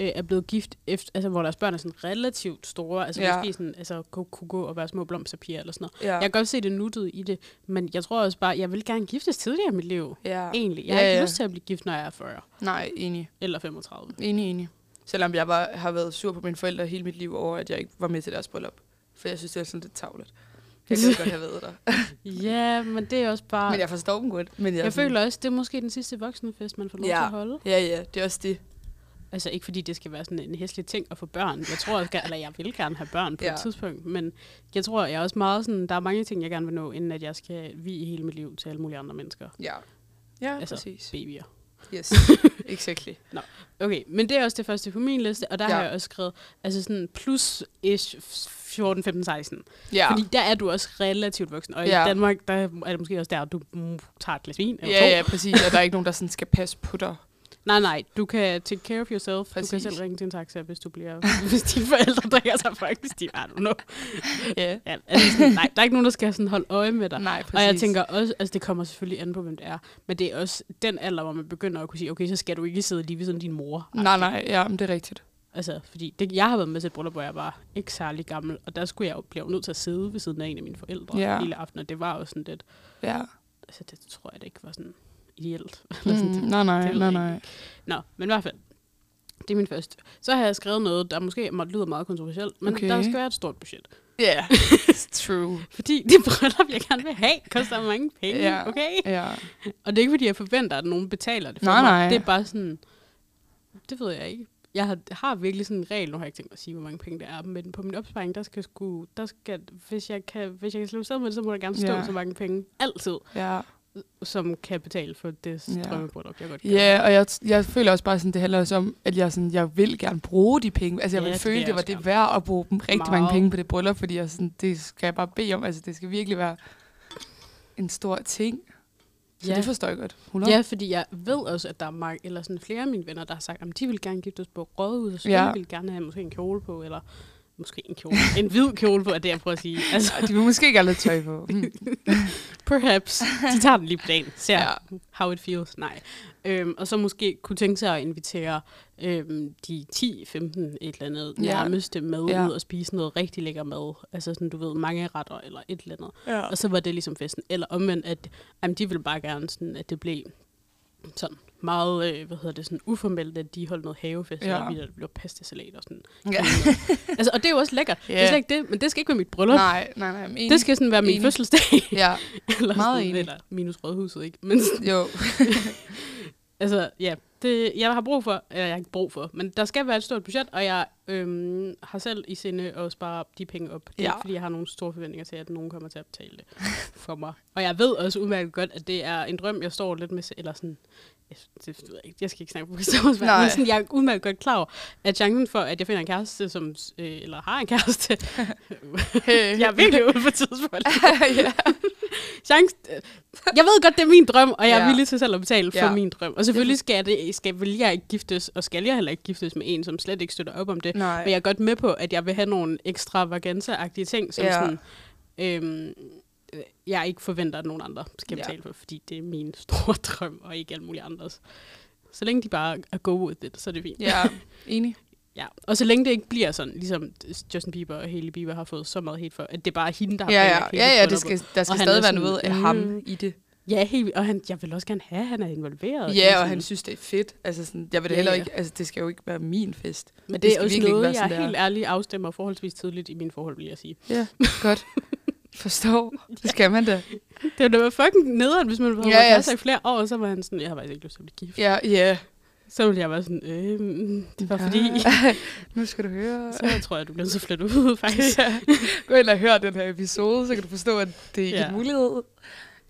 S4: øh, er blevet gift, efter, altså hvor deres børn er sådan relativt store, altså
S3: Ja.
S4: ja. måske sådan, altså kunne, kunne gå og være små blomsterpiger eller sådan noget.
S3: Ja.
S4: Ja. Jeg kan godt se det nuttede i det, men jeg tror også bare, jeg vil gerne giftes tidligere i mit liv,
S3: ja.
S4: egentlig. Jeg
S3: Ja,
S4: har ikke
S3: ja.
S4: lyst til at blive gift, når jeg er 40
S3: Nej, enig.
S4: eller 35.
S3: Enig, enig. Selvom jeg var, har været sur på mine forældre hele mit liv over, at jeg ikke var med til deres bryllup. For jeg synes, det er sådan lidt tavlet. Jeg kan godt have været der.
S4: Ja, men det er også bare...
S3: Men jeg forstår dem godt. Men jeg,
S4: jeg,
S3: er
S4: jeg
S3: sådan-
S4: føler også, det er måske den sidste voksenfest, man får lov
S3: Ja.
S4: ja. til at holde.
S3: Ja, ja, det er også det.
S4: Altså ikke fordi det skal være sådan en hæslig ting at få børn. Jeg tror også, gerne- eller jeg vil gerne have børn på ja.
S3: Ja.
S4: et tidspunkt, men jeg tror, jeg er også meget sådan, der er mange ting, jeg gerne vil nå, inden at jeg skal vi hele mit liv til alle mulige andre mennesker.
S3: Ja. Ja, altså.
S4: Altså,
S3: præcis.
S4: Babyer.
S3: Yes, exactly.
S4: Okay, men det er også det første på min liste, og der
S3: Ja.
S4: ja. har jeg også skrevet, altså sådan plus-ish 14, 15, 16.
S3: Ja,
S4: Ja. Fordi der er du også relativt voksen, og
S3: Ja.
S4: ja. i Danmark, der er det måske også der, du mm, tager et glas vin eller
S3: ja,
S4: to.
S3: ja, præcis. Og der er ikke nogen, der sådan skal passe på dig.
S4: Nej, nej, du kan take care of yourself. Præcis. Du
S3: Præcis.
S4: kan selv ringe til en taxa, hvis du bliver, hvis dine forældre drikker sig faktisk, de I don't know.
S3: Ja.
S4: Ja, altså sådan, nej, der er ikke nogen, der skal sådan holde øje med dig.
S3: Nej, Mm, præcis.
S4: Og jeg tænker også, altså det kommer selvfølgelig an på, hvem det er, men det er også den alder, hvor man begynder at kunne sige, okay, så skal du ikke sidde lige ved sådan din mor.
S3: Nej, nej, ja, men det er rigtigt.
S4: Altså, fordi det, jeg har været med til et bryllup, hvor jeg var ikke særlig gammel, og der skulle jeg jo blive nødt til at sidde ved siden af en af mine forældre
S3: Ja.
S4: ja. lille aften, og det var jo sådan lidt,
S3: Ja.
S4: altså det tror jeg da ikke var sådan ideelt. Eller sådan,
S3: Mm, nej, nej,
S4: det ved
S3: nej,
S4: jeg
S3: nej.
S4: Nå, men i hvert fald. Det er min første. Så har jeg skrevet noget, der måske må- lyder meget kontroversielt, men
S3: Okay.
S4: okay. der skal være et stort budget.
S3: Ja, yeah. true.
S4: Fordi det bryllup, jeg gerne vil have, koster mange penge,
S3: Ja.
S4: yeah. okay?
S3: Ja.
S4: Og det er ikke, fordi jeg forventer, at nogen betaler det for
S3: Nej,
S4: mig.
S3: nej.
S4: Det er bare sådan, det ved jeg ikke. jeg har, har virkelig sådan en regel, nu har jeg ikke tænkt mig at sige, hvor mange penge det er, men på min opsparing, der skal sgu, der skal, hvis jeg kan, hvis jeg kan slippe sted med det, så må der gerne stå
S3: Ja.
S4: så mange penge, altid,
S3: Ja. som
S4: som kan betale for det
S3: Ja.
S4: strømmeprodukt, jeg godt kan.
S3: Ja, og jeg, jeg føler også bare sådan, det handler også om, at jeg, sådan, jeg vil gerne bruge de penge. Altså jeg
S4: Ja,
S3: vil
S4: det vil
S3: føle,
S4: jeg
S3: det var
S4: også
S3: det
S4: gerne.
S3: værd at bruge dem rigtig mange
S4: Meget.
S3: penge på det bryllup, fordi jeg sådan, det skal jeg bare bede om. Altså det skal virkelig være en stor ting. Så
S4: Ja.
S3: det forstår jeg godt. 100.
S4: Ja, fordi jeg ved også, at der er mange, eller sådan flere af mine venner, der har sagt, at de vil gerne giftes på rådhus, og så
S3: Ja.
S4: ja. vil gerne have måske en kjole på, eller måske en kjole, en hvid kjole på, er det, jeg prøver at sige. Altså,
S3: Og de vil måske ikke have lidt tøj på. Mm.
S4: perhaps. De tager den lige på dagen, ser
S3: Ja.
S4: ja. how it feels. Nej. Øhm, og så måske kunne tænke sig at invitere øhm, de 10-15 et eller andet
S3: Ja.
S4: ja. nærmeste med
S3: Ja.
S4: ja. ud og spise noget rigtig lækker mad. Altså sådan, du ved, mange retter eller et eller andet.
S3: Ja.
S4: Og så var det ligesom festen. Eller omvendt, at jamen, de ville bare gerne, sådan, at det blev sådan meget, øh, hvad hedder det, sådan uformelt, at de holdt noget havefest,
S3: Ja.
S4: ja. og vi der blev pastasalat og sådan.
S3: Ja.
S4: altså, og det er jo også lækkert. Yeah. Det
S3: Ja.
S4: er slet ikke det, men det skal ikke være mit bryllup. Nej.
S3: Nej, nej, nej. Men
S4: Det skal sådan være min
S3: Enig.
S4: fødselsdag.
S3: Ja,
S4: Eller
S3: Meget
S4: sådan,
S3: enig.
S4: Eller minus rådhuset, ikke? Men sådan,
S3: jo.
S4: altså, ja, det, jeg har brug for, eller jeg har ikke brug for, men der skal være et stort budget, og jeg øhm, har selv i sinde at spare de penge op. Det er
S3: Ja.
S4: ikke, fordi jeg har nogle store forventninger til, at nogen kommer til at betale det for mig. Og jeg ved også udmærket godt, at det er en drøm, jeg står lidt med, eller sådan, jeg, det ved jeg, ikke, jeg skal ikke snakke på
S3: Nej.
S4: Gustavsværk, men sådan, jeg er udmærket godt klar over, at chancen for, at jeg finder en kæreste, som, øh, eller har en kæreste, jeg er virkelig ude på tidspunkt.
S3: ja.
S4: chance. øh, Jeg ved godt, det er min drøm, og jeg er
S3: Ja.
S4: villig til selv at betale for
S3: Ja.
S4: ja. min drøm. Og selvfølgelig skal, jeg det, skal vil jeg ikke giftes, og skal jeg heller ikke giftes med en, som slet ikke støtter op om det.
S3: Nej.
S4: Men jeg er godt med på, at jeg vil have nogle ekstravaganza-agtige ting, som
S3: Ja.
S4: ja. sådan, øhm, øh, jeg ikke forventer, at nogen andre skal
S3: Ja.
S4: betale for, fordi det er min store drøm, og ikke alle mulige andres. Så længe de bare er go with it, så er det fint.
S3: Ja, enig.
S4: Ja. Og så længe det ikke bliver sådan, ligesom Justin Bieber og Hailey Bieber har fået så meget hate for, at det bare er hende, der har
S3: Ja, ja,
S4: planlagt hele
S3: ja, ja det
S4: brylluppet.
S3: skal, der skal
S4: han
S3: stadig være
S4: er sådan,
S3: noget af ham
S4: mm.
S3: i det.
S4: Ja, helt vildt. Og han, jeg vil også gerne have, at han er involveret. Altså, i
S3: Ja, og
S4: sådan-
S3: han synes, det er fedt. Altså, sådan, jeg vil det
S4: Ja,
S3: heller
S4: ja.
S3: ikke, altså, det skal jo ikke være min fest.
S4: Men
S3: det
S4: det,
S3: skal
S4: er også
S3: virkelig ikke
S4: noget,
S3: være
S4: jeg
S3: sådan,
S4: helt
S3: det
S4: ærligt afstemmer forholdsvis tidligt i mine forhold, vil jeg sige.
S3: Ja, godt. Forstår. Det skal man da.
S4: Det var fucking nederen, hvis man havde
S3: Ja,
S4: ja,
S3: ja.
S4: ja. i flere år, og så var han sådan, jeg har faktisk ikke lyst til at blive gift. Ja.
S3: Ja, ja.
S4: Så ville jeg være sådan, øh, mm, det var
S3: Ja.
S4: ja. fordi,
S3: Nu skal du høre.
S4: så tror jeg, du bliver så flyttet ud, faktisk.
S3: Ja. Gå ind og hør den her episode, så kan du forstå, at det ikke er
S4: Ja.
S3: en mulighed.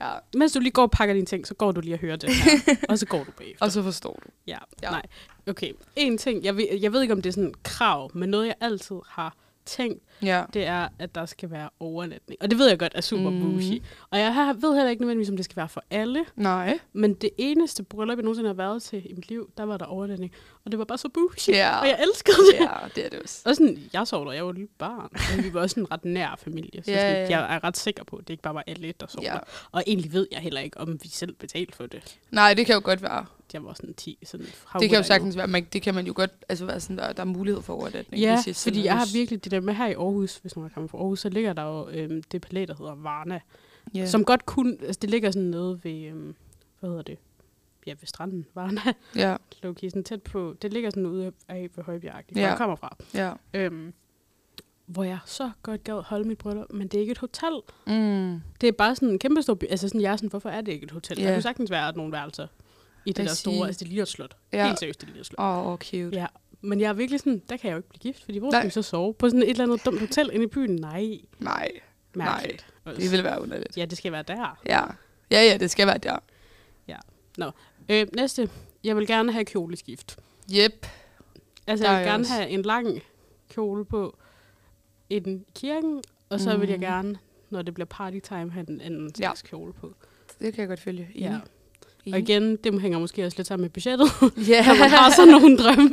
S3: Ja.
S4: Mens du lige går og pakker dine ting, så går du lige og hører det her, og så går du bagefter.
S3: Og så forstår du.
S4: Ja,
S3: Ja.
S4: ja. nej. Okay, en ting, jeg ved, jeg ved ikke, om det er sådan et krav, men noget, jeg altid har tænkt,
S3: Ja.
S4: det er, at der skal være overnatning. Og det ved jeg godt er super
S3: Mm.
S4: mm. bougie. Og jeg har, ved heller ikke nødvendigvis, om det skal være for alle.
S3: Nej.
S4: Men det eneste bryllup, jeg nogensinde har været til i mit liv, der var der overnatning. Og det var bare så bougie.
S3: Ja.
S4: Og jeg elskede det. Yeah.
S3: Ja, det er det også.
S4: Og sådan, jeg sov der, jeg var et lille barn. Men vi var også en ret nær familie. Så
S3: Ja,
S4: sådan,
S3: ja.
S4: jeg er ret sikker på, at det ikke bare var alle, der sov
S3: Ja.
S4: yeah. der. Og egentlig ved jeg heller ikke, om vi selv betalte for det.
S3: Nej, det kan jo godt være.
S4: Jeg var sådan 10. Sådan,
S3: Det kan jo sagtens være. Man, det kan man jo godt altså, være sådan, der, der er mulighed for overnatning.
S4: Ja,
S3: hvis I selv
S4: fordi jeg har
S3: lyst.
S4: virkelig det der med her i Aarhus, hvis nogen er kommet fra Aarhus, så ligger der jo øhm, det palæ, der hedder Varna.
S3: Ja.
S4: Yeah. Som godt kunne, altså det ligger sådan nede ved, øhm, hvad hedder det? Ja, ved stranden, Varna.
S3: Ja,
S4: Loki, sådan tæt på, det ligger sådan ude af ved Højbjerg, hvor
S3: Ja.
S4: jeg kommer fra.
S3: ja.
S4: Øhm, hvor jeg så godt gad holde mit bryllup, men det er ikke et hotel.
S3: Mm.
S4: Det er bare sådan en kæmpe stor by. Altså sådan, jeg er sådan, hvorfor er det ikke et hotel?
S3: Ja.
S4: Der kunne sagtens være nogle værelser i det
S3: Jeg
S4: der
S3: siger-
S4: store, altså det ligner et slot.
S3: Ja.
S4: Helt seriøst, det ligner et slot.
S3: Åh, oh, cute.
S4: Ja, men jeg er virkelig sådan, der kan jeg jo ikke blive gift, fordi hvor
S3: Nej.
S4: skal vi så sove? På sådan et eller andet dumt hotel inde i byen? Nej,
S3: Nej,
S4: mærkeligt. Nej,
S3: det vil være underligt.
S4: Ja, det skal være der.
S3: Ja. Ja, ja, det skal være der.
S4: Øh, næste. Jeg vil gerne have kjoleskift.
S3: Yep.
S4: Altså,
S3: Der er
S4: der jeg vil
S3: jo
S4: gerne
S3: også-
S4: også. have en lang kjole på i den kirken, og så mm. vil jeg
S3: Mhm.
S4: gerne, når det bliver party time, have en anden
S3: Ja.
S4: slags kjole på.
S3: Det kan jeg godt følge. Enig.
S4: Ja. Og
S3: Enig.
S4: igen, det hænger måske også lidt sammen med budgettet.
S3: Ja,
S4: Når man har sådan nogle drømme,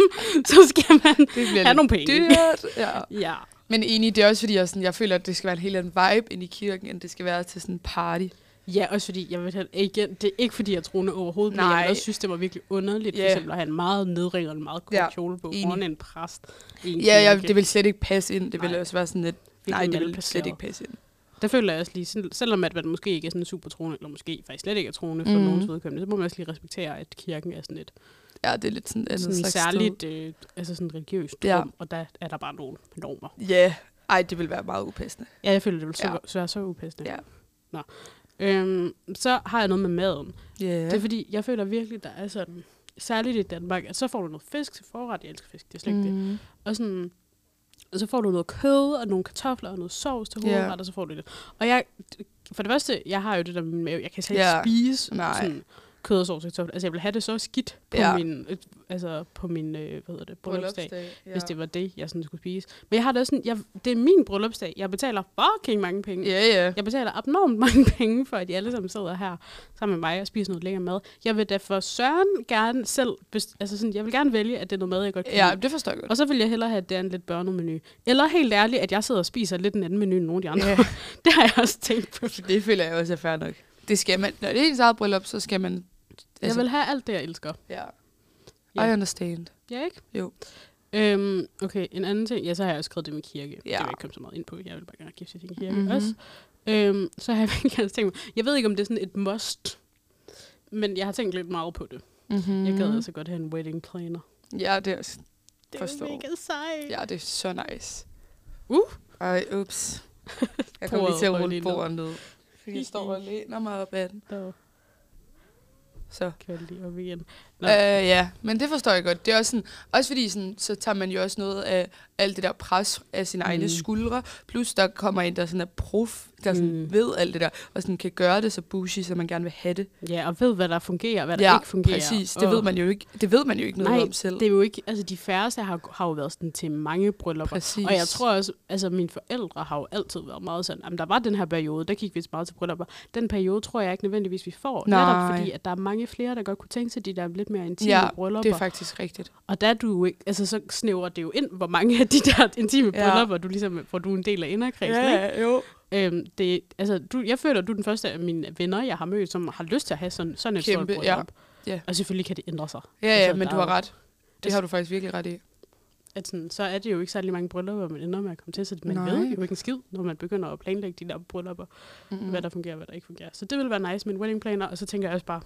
S4: så skal man...
S3: det bliver
S4: have
S3: lidt
S4: nogle penge.
S3: dyrt. Ja.
S4: Ja,
S3: Men enig, det er også fordi, jeg, sådan, jeg føler, at det skal være en helt anden vibe ind i kirken, end det skal være til sådan en party.
S4: ja også fordi, jeg vil have, igen, det er ikke fordi, jeg troende overhovedet, men jeg
S3: Nej.
S4: vil også synes, det var virkelig underligt,
S3: Ja.
S4: for eksempel at have en meget nedringet og en meget kort
S3: Ja,
S4: ja. kjole på,
S3: enig.
S4: foran en præst i en
S3: Ja, ja,
S4: kirke.
S3: det vil slet ikke passe ind. Det vil
S4: Nej.
S3: også være sådan lidt...
S4: Virkelig
S3: Nej, det vil slet
S4: malplaceret.
S3: ikke passe ind.
S4: Der føler jeg også lige, sel- selvom at man måske ikke er sådan super troende, eller måske faktisk slet ikke er troende for
S3: Mhm.
S4: mm. nogens vedkommende, så må man også lige respektere, at kirken er sådan et
S3: Ja, det er lidt sådan et andet
S4: sådan
S3: slags
S4: særligt øh, altså sådan religiøst
S3: Ja.
S4: ja. rum, og der er der bare nogle normer.
S3: sted. Ja, ej, det vil være meget upassende.
S4: Ja, jeg føler, det vil så,
S3: Ja.
S4: ja. så, så upassende.
S3: Ja.
S4: Nå. Øhm, så har jeg noget med maden.
S3: Ja.
S4: Ja. Det er fordi, jeg føler virkelig, der er sådan... særligt i Danmark, at så får du noget fisk til forret. Jeg elsker fisk, det er slet ikke mm. det.
S3: Mm.
S4: Og, sådan, og så får du noget kød og nogle kartofler og noget sovs til
S3: Ja.
S4: hovedret, og så får du det. Og jeg, for det første, jeg har jo det der med min mave. Jeg kan slet ikke
S3: Ja.
S4: spise
S3: Nej.
S4: sådan kød og sovs og kartofler. Altså, jeg vil have det så skidt på
S3: Ja.
S4: min, øh, altså på min, øh, hvad hedder det, bryllupsdag
S3: ja.
S4: hvis det var det, jeg sådan skulle spise. Men jeg har det også sådan, jeg, det er min bryllupsdag. Jeg betaler fucking mange penge.
S3: Ja, ja.
S4: Jeg betaler abnormt mange penge for, at de alle sammen sidder her sammen med mig og spiser noget lækker mad. Jeg vil da for søren gerne selv, bes- altså sådan, jeg vil gerne vælge, at det er noget mad, jeg godt kan
S3: Ja,
S4: lide.
S3: det forstår jeg godt.
S4: Og så vil jeg hellere have, at det er en lidt børnemenu. Eller helt ærligt, at jeg sidder og spiser lidt en anden menu end nogle af de andre.
S3: Ja.
S4: det har jeg også tænkt på.
S3: Det føler jeg også er fair nok. Det skal man. Når det er ens eget bryllup, så skal man... altså,
S4: Jeg vil have alt det, jeg elsker.
S3: Ja.
S4: Ja.
S3: I understand.
S4: Ja, ikke?
S3: Jo.
S4: Øhm, okay, en anden ting. Ja, så har jeg også skrevet det med kirke. Ja.
S3: Ja.
S4: Det vil jeg ikke komme så meget ind på. Jeg vil bare gerne gifte til en kirke
S3: Mhm.
S4: mm-hmm. også. Øhm, så har jeg virkelig også tænkt mig. Jeg ved ikke, om det er sådan et must, men jeg har tænkt lidt meget på det.
S3: Mm-hmm.
S4: Mm. Jeg gad altså godt have en wedding planner.
S3: Ja, det er også...
S4: Det
S3: Forstår.
S4: er mega sejt.
S3: Ja, det er så nice.
S4: Uh.
S3: Ej, ups. Jeg kommer lige til at
S4: Bordet røg
S3: rulle
S4: lige ned.
S3: bordet ned. Fordi jeg står og læner mig op ad den.
S4: Så
S3: Så.
S4: kan jeg lige op igen. Nå.
S3: Øh, ja, men det forstår jeg godt. Det er også, sådan, også fordi, sådan, så tager man jo også noget af alt det der pres af sine egne
S4: Mm.
S3: skuldre. Plus der kommer en, der sådan er prof, der sådan
S4: Mm.
S3: ved alt det der, og sådan kan gøre det så bushy, som man gerne vil have det.
S4: Ja, og ved, hvad der fungerer og hvad der ikke fungerer.
S3: præcis. Det
S4: og
S3: ved man jo ikke, det ved man jo ikke noget
S4: Nej,
S3: om selv.
S4: Det er jo ikke, altså de færreste har, har jo været sådan til mange bryllupper.
S3: præcis.
S4: Og jeg tror også, altså mine forældre har jo altid været meget sådan, at der var den her periode, der gik vi meget til bryllupper. Den periode tror jeg ikke nødvendigvis, vi får.
S3: Nej.
S4: Netop fordi, at der er mange flere, der godt kunne tænke sig de der lidt mere intime
S3: Ja,
S4: bryllupper.
S3: det er faktisk rigtigt.
S4: og der er du jo ikke, altså så snæver det jo ind, hvor mange af de der intime
S3: Ja.
S4: ja. bryllupper, du ligesom, hvor du er en del af inderkredsen. ikke?
S3: jo.
S4: Øhm, det, altså, du, jeg føler, at du er den første af mine venner, jeg har mødt, som har lyst til at have sådan, sådan et
S3: Kæmpe,
S4: stort bryllup.
S3: ja. Ja.
S4: Og selvfølgelig kan det ændre sig.
S3: Ja,
S4: Altså,
S3: ja, men
S4: der
S3: du
S4: er
S3: har
S4: jo-
S3: ret. Det har du faktisk virkelig ret i.
S4: at sådan, så er det jo ikke særlig mange bryllupper, man ender med at komme til, så man
S3: Nej.
S4: Nej. ved jo ikke en skid, når man begynder at planlægge de der bryllupper, mm. hvad der fungerer og hvad der ikke fungerer. Så det vil være nice med en wedding planner, og så tænker jeg også bare,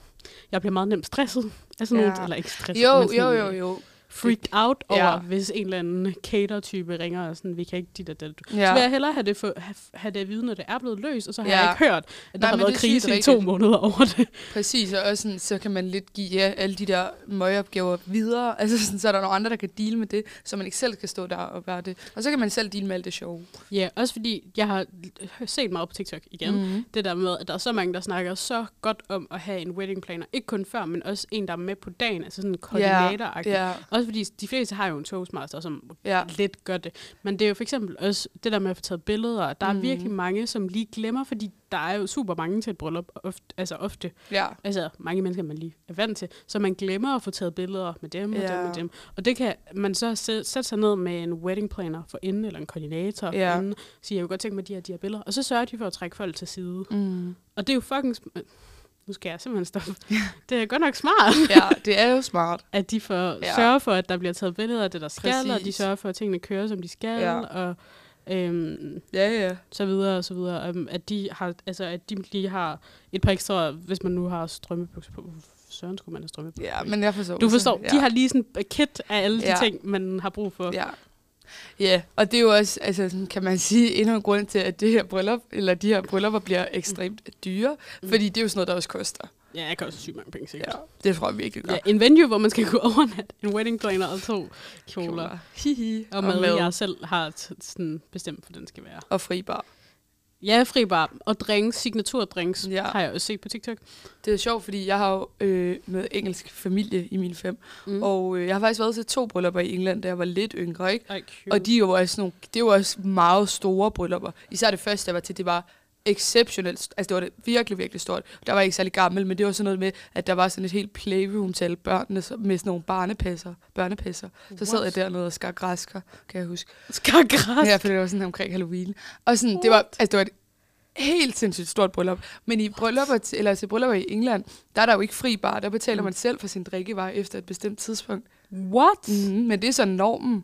S4: jeg bliver meget nemt stresset af sådan
S3: Ja.
S4: ja. nogle, eller ikke stresset,
S3: Jo,
S4: men sådan,
S3: jo, jo,
S4: øh,
S3: jo.
S4: freaked out
S3: Ja.
S4: over, hvis en eller anden cater-type ringer og sådan, vi kan ikke dit og det. Ja. Så vil
S3: Ja.
S4: jeg hellere have det, for, have, have det at vide, når det er blevet løst, og så har
S3: Ja.
S4: jeg ikke hørt, at der
S3: Nej,
S4: har
S3: men
S4: været
S3: det er sygt
S4: krise i to
S3: rigtigt.
S4: måneder over det.
S3: Præcis, og også sådan, så kan man lidt give ja, alle de der møgopgaver videre. Altså, sådan, så er der nogle andre, der kan deale med det, så man ikke selv kan stå der og være det. Og så kan man selv deale med alt det sjove.
S4: Ja, også fordi jeg har set meget på TikTok igen,
S3: Mm.
S4: det der med, at der er så mange, der snakker så godt om at have en wedding planner. Ikke kun før, men også en, der er med på dagen, altså sådan en koordinator yeah, yeah.
S3: Ja,
S4: Også fordi de fleste har jo en toastmaster, som
S3: ja.
S4: lidt gør det. Men det er jo for eksempel også det der med at få taget billeder. Der er
S3: Mhm.
S4: mm. virkelig mange, som lige glemmer, fordi der er jo super mange til et bryllup, og ofte, altså ofte.
S3: ja.
S4: Altså mange mennesker, man lige er vant til. Så man glemmer at få taget billeder med dem og
S3: Ja.
S4: dem og dem. Og det kan man så sæ- sætte sig ned med en wedding planner for inden, eller en koordinator
S3: Ja.
S4: yeah. for inden, siger, jeg kunne godt tænke mig de her, de her billeder. Og så sørger de for at trække folk til side.
S3: Mm.
S4: Og det er jo fucking... sm- øh, Nu skal jeg simpelthen stoppe. Det er godt nok smart,
S3: ja, det er jo smart.
S4: at de får
S3: Ja.
S4: ja. sørger for, at der bliver taget billeder af det, der skal, Præcis. og de
S3: Præcis.
S4: sørger for, at tingene kører, som de skal,
S3: Ja.
S4: ja. og øhm,
S3: Ja, ja.
S4: så videre og så videre. Um, at, de har, altså, at de lige har et par ekstra, hvis man nu har strømmebukser på. Hvorfor Søren skulle man have strømmebukser
S3: Ja,
S4: på?
S3: men jeg forstår.
S4: du
S3: sådan,
S4: forstår,
S3: ja.
S4: de har lige sådan et kit af alle de
S3: Ja.
S4: ting, man har brug for. Ja.
S3: Ja. Ja, og det er jo også, altså, sådan, kan man sige, endnu en grund til, at det her bryllup, eller de her bryllupper bliver ekstremt dyre,
S4: Mm.
S3: fordi det er jo sådan noget, der også koster.
S4: ja, jeg kan også syge mange penge, sikkert.
S3: Ja, det tror jeg virkelig
S4: Ja.
S3: godt.
S4: ja. en venue, hvor man skal kunne overnatte en wedding planner og to kjoler. kjoler.
S3: Hihi.
S4: Og mad, jeg selv har t- sådan bestemt, for den skal være.
S3: og fribar.
S4: Ja, fribar og drinks, signaturdrinks,
S3: Ja.
S4: ja. har jeg også set på TikTok.
S3: Det er sjovt, fordi jeg har jo øh, noget engelsk familie i mine fem, mm.
S4: Mm.
S3: og øh, jeg har faktisk været til to bryllupper i England, da jeg var lidt yngre, ikke?
S4: Ej,
S3: Og de er jo også nogle, det er jo også meget store bryllupper. Især det første, jeg var til, det var exceptionelt. st- Altså, det var det virkelig, virkelig stort. Der var jeg ikke særlig gammel, men det var sådan noget med, at der var sådan et helt playroom til alle børnene, så- med sådan nogle barnepasser. børnepasser. Så sad jeg
S4: What?
S3: dernede og skar græsker, kan jeg huske.
S4: Skar græs.
S3: Ja, for det var sådan omkring Halloween. Og sådan, det var, altså, det var et helt sindssygt stort bryllup. Men i bryllupper, til, eller til bryllupper i England, der er der jo ikke fri bar. Der
S4: Mm.
S3: betaler man selv for sin drikkevarer efter et bestemt tidspunkt.
S4: What?
S3: Mm, men det er sådan normen.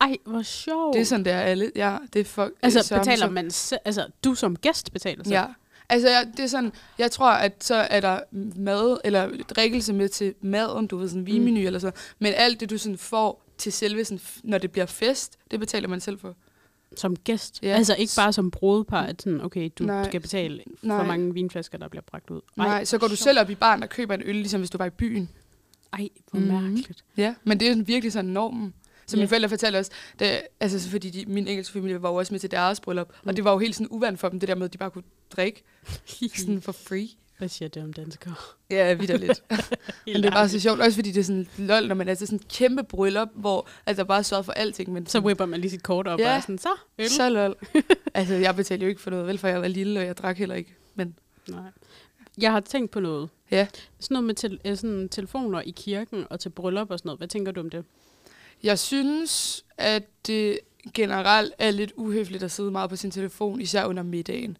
S4: Ej, hvor sjovt.
S3: Det er sådan, det er alle. Ja, det er folk. det
S4: altså,
S3: sørger
S4: betaler
S3: sig.
S4: man se- altså, du som gæst betaler så?
S3: Ja. Altså, jeg, det er sådan, jeg tror, at så er der mad, eller drikkelse med til maden, du ved, sådan en vinmenu mm. eller så. Men alt det, du sådan får til selve, sådan, f- når det bliver fest, det betaler man selv for.
S4: Som gæst?
S3: Ja.
S4: Ja. Altså, ikke bare som brodepar, at sådan, okay, du
S3: Nej.
S4: Nej. skal betale for
S3: Nej.
S4: mange vinflasker, der bliver bragt ud.
S3: Nej,
S4: Ej,
S3: Nej så går du
S4: sjovt.
S3: selv op i baren og køber en øl, ligesom hvis du var i byen.
S4: Ej, hvor
S3: Mhm.
S4: mm. mærkeligt.
S3: Ja, men det er jo sådan virkelig sådan normen. Så mine
S4: Ja.
S3: forældre fortalte os, det, altså så fordi de, min engelske familie var jo også med til deres bryllup, mm. og
S4: Mm.
S3: det var jo helt sådan uvandt for dem, det der med, at de bare kunne drikke sådan for free.
S4: Hvad siger det om danskere?
S3: Ja, vidderligt.
S4: Helt
S3: Men det er bare
S4: ærligt.
S3: så sjovt, også fordi det er sådan, lol, når man er til sådan et kæmpe bryllup, hvor altså, der bare er sørget for alting. Men
S4: Så whipper man lige sit kort op
S3: Ja.
S4: ja. og er sådan, så øl.
S3: så lol. altså, jeg betalte jo ikke for noget, vel, for jeg var lille, og jeg drak heller ikke. Men
S4: Nej. Jeg har tænkt på noget.
S3: Ja.
S4: Sådan noget med tel- øh, sådan telefoner i kirken og til bryllup og sådan noget. Hvad tænker du om det?
S3: jeg synes, at det generelt er lidt uhøfligt at sidde meget på sin telefon, især under middagen.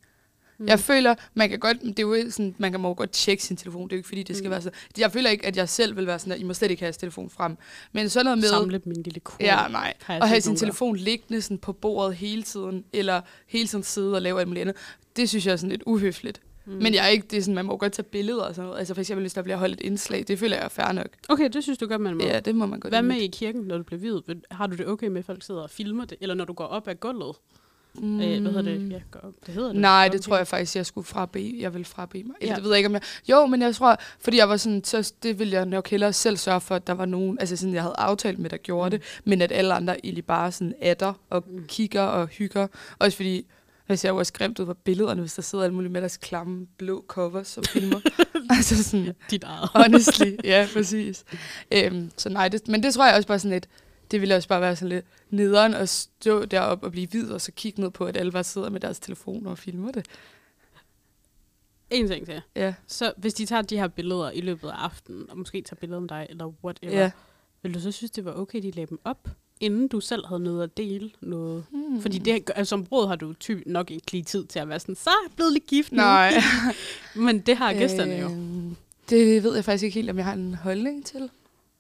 S3: Mm. Jeg føler, man kan godt, det er jo sådan, man kan må jo godt tjekke sin telefon, det er jo ikke fordi, det skal mm.
S4: Mm.
S3: være så. Jeg føler ikke, at jeg selv vil være sådan, at I må slet ikke have jeres telefon frem. Men sådan noget med...
S4: Samle min lille kur.
S3: Ja, nej.
S4: Har jeg
S3: Og
S4: set
S3: have sin
S4: nogen gøre.
S3: telefon liggende sådan på bordet hele tiden, eller hele tiden sidde og lave alt muligt andet. Det synes jeg er sådan lidt uhøfligt. Mm. Men jeg er ikke, det er sådan, man må jo godt tage billeder og sådan noget. Altså for eksempel, hvis der bliver holdt et indslag, det føler jeg er fair nok.
S4: Okay, det synes du godt, man må.
S3: Ja, det må man godt.
S4: Mm. Hvad med
S3: lide.
S4: i kirken, når du bliver videt? Vil- Har du det okay med, at folk sidder og filmer det? Eller når du går op ad gulvet? Mm. Øh, hvad hedder det? Ja, går op. det hedder det.
S3: Nej,
S4: Går
S3: det
S4: op
S3: tror jeg faktisk, jeg skulle frabe. Jeg vil frabe mig. Eller
S4: Ja.
S3: det ved jeg ikke, om jeg... Jo, men jeg tror, fordi jeg var sådan, så det ville jeg nok hellere selv sørge for, at der var nogen, altså sådan, jeg havde aftalt med, der gjorde
S4: Mm.
S3: det, men at alle andre egentlig bare sådan atter og kigger og hygger. Også fordi, det ser jo også grimt ud på billederne, hvis der sidder alt muligt med deres klamme blå cover, som filmer. altså sådan,
S4: i Dit eget.
S3: honestly, ja, præcis. Øhm, så nej, det, men det tror jeg også bare sådan lidt, det ville også bare være sådan lidt nederen at stå deroppe og blive hvid, og så kigge ned på, at alle bare sidder med deres telefoner og filmer det.
S4: En ting til.
S3: Ja.
S4: Så hvis de tager de her billeder i løbet af aftenen, og måske tager billeder om dig, eller whatever,
S3: Ja.
S4: vil du så synes, det var okay, de lagde dem op, inden du selv havde noget at dele noget? Mm. Fordi det, altså, som brød har du typ nok ikke lige tid til at være sådan, så er jeg blevet lidt gift nu.
S3: Nej.
S4: Men det har gæsterne jo.
S3: Øhm, Det ved jeg faktisk ikke helt, om jeg har en holdning til.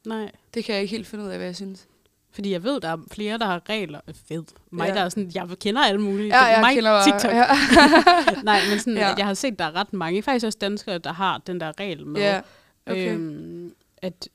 S4: Nej.
S3: Det kan jeg ikke helt finde ud af, hvad jeg synes.
S4: Fordi jeg ved, der er flere, der har regler. Øh, Fed. Mig,
S3: Ja.
S4: ja. der er sådan, jeg kender alle mulige.
S3: Ja,
S4: Det er
S3: jeg
S4: mig,
S3: kender bare-
S4: TikTok.
S3: Ja,
S4: Nej, men sådan,
S3: Ja.
S4: ja. jeg har set, der er ret mange, faktisk også danskere, der har den der regel med,
S3: ja. Okay.
S4: øhm, at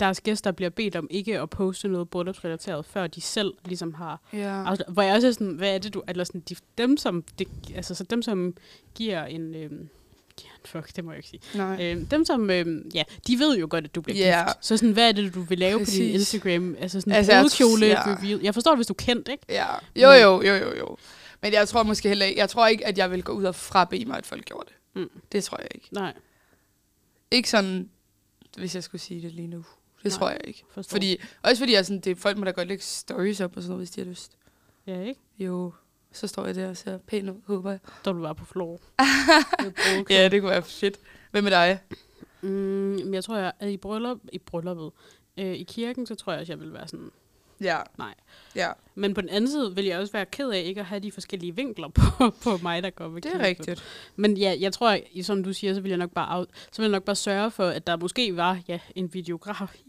S4: deres gæster bliver bedt om ikke at poste noget bryllupsrelateret, før de selv ligesom har...
S3: ja.
S4: Altså, hvor jeg også er sådan, hvad er det du... Eller sådan, de, dem, som, det, altså, så dem, som giver en... Øhm, giver en fuck, det må jeg ikke sige.
S3: Nej.
S4: Øhm, dem, som... Øhm, ja, de ved jo godt, at du bliver
S3: Ja.
S4: gift. Så sådan, hvad er det, du vil lave Præcis. på din
S3: Præcis.
S4: Instagram? Altså sådan
S3: Altså,
S4: altså,
S3: jeg-
S4: brudekjole
S3: ja.
S4: ja. reveal. Jeg forstår det, hvis du er kendt, ikke?
S3: Ja. Jo, jo, jo, jo, jo. Men jeg tror måske heller ikke, jeg tror ikke, at jeg vil gå ud og frabe mig, at folk gjorde det.
S4: Mm.
S3: Det tror jeg ikke.
S4: Nej,
S3: Ikke sådan, hvis jeg skulle sige det lige nu. Det
S4: Nej.
S3: tror jeg ikke.
S4: forstår.
S3: Fordi, også fordi jeg sådan, det, folk må da godt lægge stories op og sådan noget, hvis de har lyst.
S4: Ja, ikke?
S3: Jo, så står jeg der og ser pæn ud, håber jeg.
S4: Der er du bare på floor.
S3: Ja, det kunne være fedt. Hvad med dig?
S4: Mm, men jeg tror, jeg, at i, bryllup, i brylluppet, øh, i kirken, så tror jeg også, jeg vil være sådan,
S3: Ja.
S4: nej.
S3: Ja.
S4: Men på den anden side vil jeg også være ked af ikke at have de forskellige vinkler på, på mig, der går ved
S3: Det er
S4: kirken.
S3: rigtigt.
S4: Men ja, jeg tror, at, i- som du siger, så vil jeg nok bare, af, så vil jeg nok bare sørge for, at der måske var ja, en videograf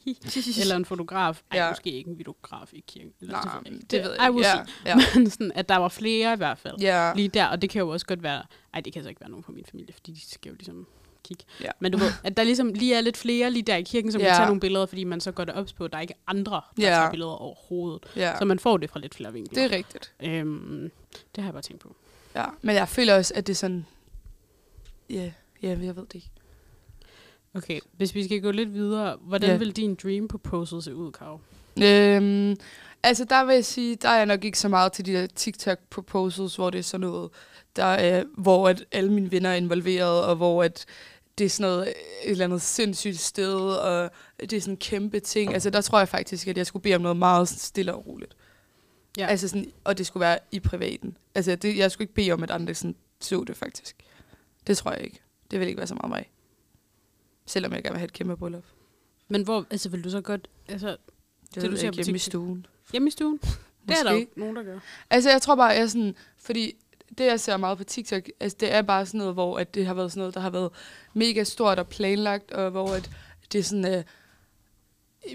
S4: eller en fotograf. Ej,
S3: Ja.
S4: ja. måske ikke en videograf i kirken. Eller,
S3: Nej,
S4: selvfølgelig ikke.
S3: det ved jeg
S4: I will
S3: ikke.
S4: see.
S3: Ja.
S4: Men sådan, at der var flere i hvert fald.
S3: Ja.
S4: lige der, og det kan jo også godt være, ej, det kan så ikke være nogen fra min familie, fordi de skal jo ligesom kigge.
S3: Ja.
S4: Men du ved, at der ligesom lige er lidt flere lige der i kirken, som ja.
S3: Ja.
S4: kan tage nogle billeder, fordi man så går det ops på, at der er ikke andre, der
S3: Ja.
S4: ja. tager billeder overhovedet.
S3: ja.
S4: Ja. Så man får det fra lidt flere vinkler.
S3: Det er rigtigt.
S4: øhm, det har jeg bare tænkt på.
S3: Ja. Men jeg føler også, at det er sådan... Ja, ja jeg ved det ikke.
S4: Okay, hvis vi skal gå lidt videre, hvordan
S3: Ja.
S4: ja. vil din dream proposal se ud, Kav?
S3: Øhm, altså, der vil jeg sige, der er jeg nok ikke så meget til de der TikTok-proposals, hvor det er sådan noget, der er, hvor at alle mine venner er involveret, og hvor at det er sådan noget, øh, et eller andet sindssygt sted, og det er sådan en kæmpe ting. Altså, der tror jeg faktisk, at jeg skulle bede om noget meget sådan stille og roligt. Ja.
S4: Ja.
S3: Altså sådan, og det skulle være i privaten. Altså, det, jeg skulle ikke bede om, at andre sådan så det faktisk. Det tror jeg ikke. Det vil ikke være så meget mig. Selvom jeg gerne vil have et kæmpe bryllup.
S4: Men hvor, altså vil du så godt, altså
S3: Det,
S4: du
S3: det du
S4: ser
S3: ser
S4: på
S3: hjemme i
S4: TikTok.
S3: stuen.
S4: hjemme i stuen? Det er der jo
S3: Måske.
S4: nogen, der gør.
S3: Altså, jeg tror bare, jeg er sådan... Fordi det, jeg ser meget på TikTok, altså, det er bare sådan noget, hvor at det har været sådan noget, der har været mega stort og planlagt, og hvor at det er sådan... Øh,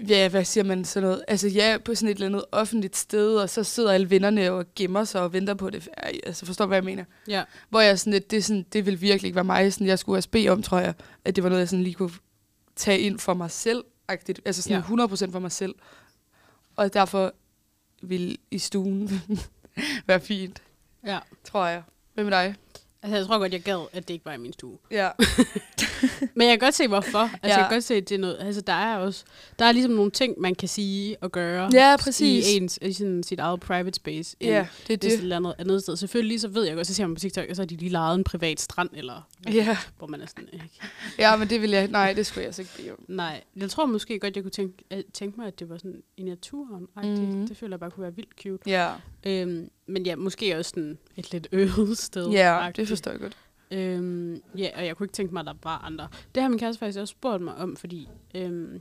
S3: ja, hvad siger man sådan noget? Altså, ja, på sådan et eller andet offentligt sted, og så sidder alle vennerne og gemmer sig og venter på det. Ej, Altså, forstår du, hvad jeg mener?
S4: Ja.
S3: Hvor jeg sådan lidt, det, er sådan, det ville virkelig ikke være mig. Sådan, jeg skulle også bede om, tror jeg, at det var noget, jeg sådan lige kunne tage ind for mig selv. -agtigt. Altså sådan
S4: Ja.
S3: ja. 100% for mig selv. Og derfor vil i stuen være fint,
S4: ja.
S3: tror jeg. Hvem med dig?
S4: Altså, jeg tror godt, jeg gad, at det ikke var i min stue.
S3: Ja.
S4: Men jeg kan godt se, hvorfor. Altså,
S3: Ja.
S4: ja. jeg kan godt se, at det er noget... Altså, der er også... Der er ligesom nogle ting, man kan sige og gøre.
S3: Ja, præcis.
S4: I ens, i sådan sit eget private space. end
S3: ja, Øh, det er
S4: Hvis et
S3: det.
S4: eller andet andet sted. Selvfølgelig, så ved jeg godt, så ser man på TikTok, og så har de lige lejet en privat strand, eller
S3: Ja.
S4: hvor man er sådan, øh, ikke?
S3: ja, men det vil jeg... Nej, det skulle jeg altså ikke blive om.
S4: Nej, jeg tror måske godt, jeg kunne tænke, at- tænke mig, at det var sådan i naturen. Ej,
S3: Mhm.
S4: det, det føler jeg bare kunne være vildt cute.
S3: Ja,
S4: Øhm, men ja, måske også sådan et lidt øvet sted.
S3: ja det forstår jeg godt.
S4: Øhm, ja, og jeg kunne ikke tænke mig, at der var andre. Det har min kæreste faktisk også spurgt mig om, fordi... Øhm,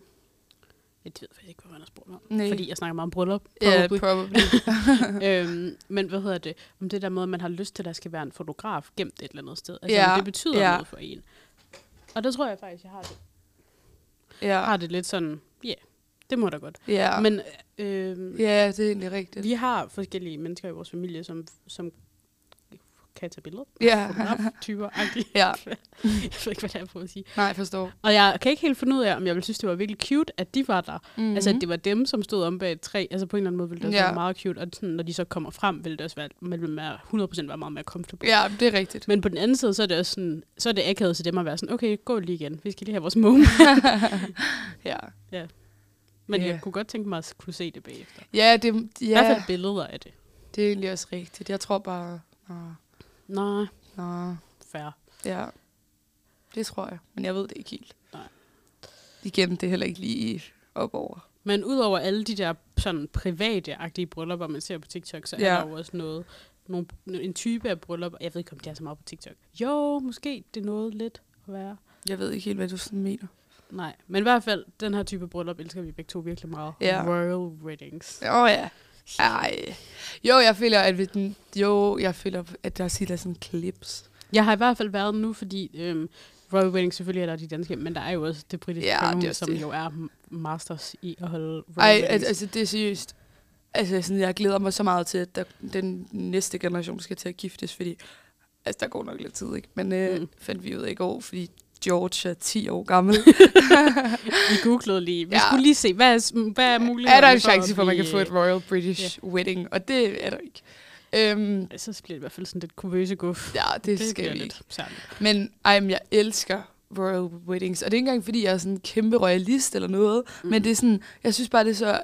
S4: jeg ved faktisk ikke, hvad han har spurgt mig om.
S3: Nej.
S4: Fordi jeg snakker meget om bryllup.
S3: Ja,
S4: probably.
S3: probably.
S4: øhm, men hvad hedder det? Om det der med, at man har lyst til, at der skal være en fotograf gemt et eller andet sted. Altså,
S3: Ja,
S4: om det betyder
S3: ja.
S4: noget for en. Og der tror jeg faktisk, jeg har det, jeg
S3: Ja,
S4: har det lidt sådan, ja, yeah, det må da godt.
S3: ja.
S4: Ja. Men øh,
S3: ja, det er egentlig rigtigt.
S4: vi har forskellige mennesker i vores familie, som, som kan tage billeder.
S3: Ja,
S4: typer
S3: Ja.
S4: Jeg ved ikke, hvad det er på at sige.
S3: nej, forstår.
S4: Og jeg kan ikke helt finde ud af, om jeg ville synes, det var virkelig cute, at de var der.
S3: Mm-hmm.
S4: Mm. Altså, at det var dem, som stod om bag et træ. Altså, på en eller anden måde ville det også
S3: Ja.
S4: ja. være meget cute. Og sådan, når de så kommer frem, ville det også være, man ville være 100% være meget mere comfortable.
S3: Ja, det er rigtigt.
S4: Men på den anden side, så er det også sådan, så er det akavet til dem at være sådan, okay, gå lige igen. Vi skal lige have vores moment.
S3: Ja,
S4: Men
S3: Ja.
S4: jeg kunne godt tænke mig at kunne se det bagefter. Ja.
S3: ja, det,
S4: I hvert
S3: ja
S4: fald billeder af det.
S3: det er egentlig også rigtigt. Jeg tror bare... Nå,
S4: Nå,
S3: nå,
S4: fair.
S3: ja. Det tror jeg, men jeg ved det ikke helt.
S4: Nej.
S3: Igen, det er heller ikke lige op over.
S4: Men udover alle de der sådan private-agtige bryllupper, man ser på TikTok, så ja.
S3: Ja.
S4: er der jo også noget, nogle, en type af bryllup. Jeg ved ikke, om det er så meget på TikTok. Jo, måske det er noget lidt at være.
S3: Jeg ved ikke helt, hvad du sådan mener.
S4: Nej, men i hvert fald, den her type bryllup elsker vi begge to virkelig meget.
S3: Ja.
S4: Royal weddings.
S3: Åh oh, ja. Ej. Jo, jeg føler, at vi den, jo, jeg føler, at der siger der er sådan clips.
S4: Jeg har i hvert fald været nu, fordi øhm, Royal weddings selvfølgelig er der de danske, men der er jo også det britiske
S3: Ja,
S4: ja,
S3: det er
S4: kongehus,
S3: også
S4: som
S3: det.
S4: jo er m- masters i at holde Royal
S3: Ej,
S4: weddings.
S3: al- altså det er seriøst. Altså sådan, jeg glæder mig så meget til, at der, den næste generation skal til at giftes, fordi altså, der går nok lidt tid, ikke? Men øh, mm.
S4: Mm.
S3: fandt vi ud af i går, fordi George er 10 år gammel.
S4: Vi googlede lige. Vi
S3: Ja.
S4: ja. skulle lige se, hvad er, hvad er muligheden
S3: er der en
S4: at
S3: chance for, at man kan
S4: blive,
S3: få et Royal British yeah. Wedding? Og det er der ikke. Øhm,
S4: øh, Så bliver det i hvert fald sådan lidt kurvøse guf.
S3: ja, det, det
S4: bliver
S3: skal vi ikke.
S4: lidt særligt.
S3: Men ej, men jeg elsker royal weddings. Og det er ikke engang, fordi jeg er sådan en kæmpe royalist eller noget. Mm. Men det er sådan, jeg synes bare, det er så...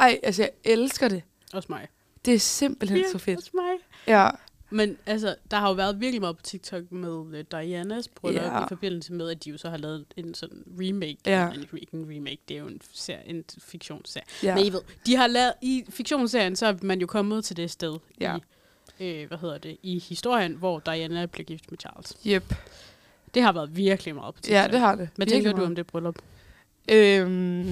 S3: Ej, altså jeg elsker det.
S4: Også mig.
S3: Det er simpelthen yeah. så fedt.
S4: Også mig.
S3: Ja.
S4: Men altså, der har jo været virkelig meget på TikTok med uh, Dianas bryllup
S3: Ja.
S4: i forbindelse med, at de jo så har lavet en sådan remake.
S3: Ja.
S4: Eller En, re- ikke en remake, det er jo en, ser, en fiktionsserie.
S3: ja.
S4: Ja. Men I ved, de har lavet, i fiktionsserien, så er man jo kommet til det sted
S3: Ja.
S4: i, øh, hvad hedder det, i historien, hvor Diana blev gift med Charles.
S3: Yep.
S4: Det har været virkelig meget på TikTok.
S3: ja, det har det.
S4: Hvad
S3: Virkelig
S4: tænker du
S3: meget.
S4: om det bryllup?
S3: Øhm,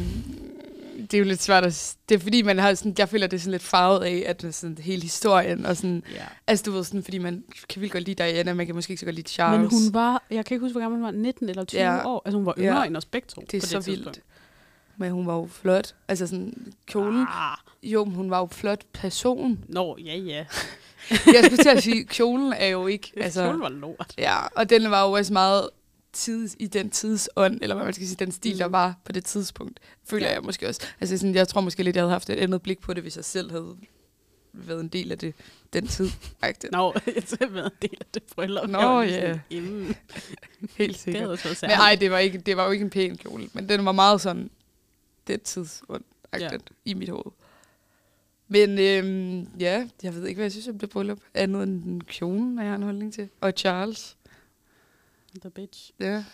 S3: det er jo lidt svært at... s- Det er fordi, man har sådan... Jeg føler, det er sådan lidt farvet af, at man sådan hele historien og sådan...
S4: Ja.
S3: Altså, du ved sådan, fordi man kan vildt godt lide Diana, man kan måske ikke så godt lide Charles.
S4: Men hun var, jeg kan ikke huske, hvor gammel hun var, 19 eller 20
S3: Ja.
S4: ja. år. Altså hun var
S3: Ja.
S4: yngre ja. end os begge to
S3: Det er
S4: på
S3: så
S4: det tidspunkt.
S3: vildt. Men hun var jo flot. Altså sådan, kjolen...
S4: Ah,
S3: Jo, men hun var jo flot person.
S4: nå, ja, ja.
S3: Jeg skulle til at sige, kjolen er jo ikke...
S4: Altså, Kjolen
S3: Altså,
S4: var lort.
S3: ja, og den var jo også meget tid, i den tidsånd, eller hvad man skal sige, den stil, der
S4: Mhm.
S3: var på det tidspunkt, føler ja.
S4: Ja.
S3: jeg måske også. Altså sådan, jeg tror måske lidt, jeg havde haft et andet blik på det, hvis jeg selv havde været en del af det, den tid. Agtigt.
S4: Nå, jeg har været en del af det bryllup.
S3: Nå,
S4: Jeg var lige
S3: ja.
S4: sådan,
S3: Helt
S4: "Mm, Det havde
S3: sikkert.
S4: også været
S3: Men
S4: særligt.
S3: ej, det var, ikke, det var jo ikke en pæn kjole, men den var meget sådan den tidsånd,
S4: Ja.
S3: agtigt, ja. i mit hoved. Men øhm, ja, jeg ved ikke, hvad jeg synes om det bryllup, andet end kjolen, har jeg en holdning til. Og Charles.
S4: The bitch.
S3: Ja.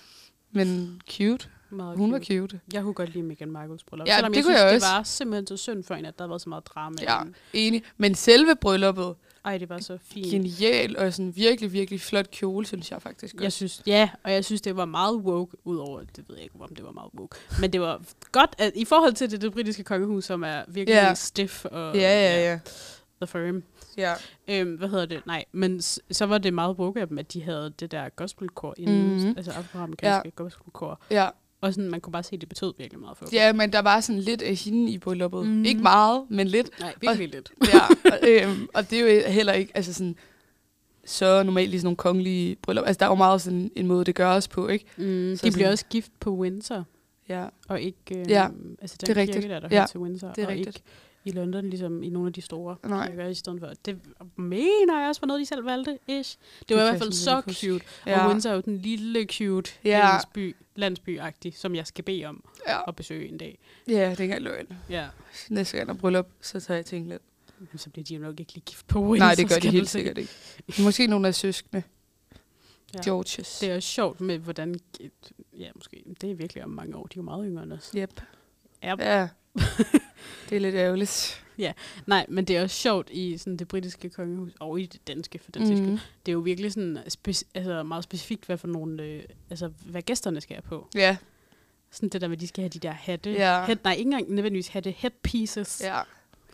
S3: Men cute.
S4: Meget
S3: Hun var cute.
S4: Jeg kunne godt lide Meghan Markles bryllup.
S3: Ja,
S4: Selvom
S3: det
S4: jeg
S3: kunne
S4: synes,
S3: jeg
S4: det
S3: også.
S4: var simpelthen så synd for hende, at der var så meget drama. i
S3: Ja,
S4: den.
S3: enig. Men selve brylluppet,
S4: Ej, det var så fint.
S3: genial og sådan virkelig, virkelig flot kjole, synes jeg faktisk
S4: Jeg
S3: også.
S4: synes, ja, og jeg synes, det var meget woke, udover, det ved jeg ikke, om det var meget woke, men det var godt, at, i forhold til det, det britiske kongehus, som er virkelig
S3: Ja.
S4: yeah. stiff og
S3: Ja, ja, ja.
S4: the firm.
S3: ja.
S4: Øhm, hvad hedder det? Nej, men s- så var det meget woke af dem, at de havde det der gospelkor inden,
S3: Mhm.
S4: mm-hmm. altså afroamerikanske ja. gospelkor,
S3: ja.
S4: og sådan, man kunne bare se, at det betød virkelig meget for dem.
S3: Ja, men der var sådan lidt af hende i brylluppet. Mm.
S4: Mhm.
S3: Ikke meget, men lidt.
S4: Nej, virkelig lidt.
S3: Ja, og, øhm, og det er jo heller ikke altså sådan, så normalt i sådan nogle kongelige bryllup. Altså, der er jo meget sådan en måde, det gøres på, ikke?
S4: Mm,
S3: Så
S4: de
S3: sådan-
S4: bliver også gift på Windsor,
S3: Ja,
S4: og ikke... Øhm,
S3: Ja,
S4: altså den
S3: det er rigtigt.
S4: Kirke, der, der
S3: Ja,
S4: hører til Windsor,
S3: det er
S4: og
S3: rigtigt.
S4: ikke i London, ligesom i nogle af de store
S3: Nej.
S4: kirker i stedet for. Det mener jeg også var noget, de selv valgte, ish. Det, var i hvert fald så cute. Ja. Og Windsor er jo den lille cute
S3: Ja.
S4: ja. landsby, landsbyagtig, som jeg skal bede om
S3: Ja,
S4: at besøge en dag.
S3: ja det er ikke engang løgn.
S4: Ja.
S3: Næste gang der er bryllup, så tager jeg til England.
S4: Men så bliver de jo nok ikke lige gift på Windsor.
S3: Nej, det gør
S4: skal
S3: de
S4: du
S3: helt
S4: se.
S3: sikkert ikke. Måske nogle af søskende.
S4: Ja.
S3: Ja. Georges.
S4: Det er jo sjovt med, hvordan... Ja, måske. Det er virkelig om mange år. De er jo meget yngre end os.
S3: Yep.
S4: Yep.
S3: Ja. det er lidt ærgerligt.
S4: Nej, men det er også sjovt i sådan, det britiske kongehus, og i det danske for den mm. skyld. Det er jo virkelig sådan, speci- altså, meget specifikt, hvad for nogle, øh, altså, hvad gæsterne skal have på.
S3: Ja,
S4: Sådan det der med, at de skal have de der hatte.
S3: Ja.
S4: Head, nej, ikke engang nødvendigvis hatte, headpieces.
S3: ja.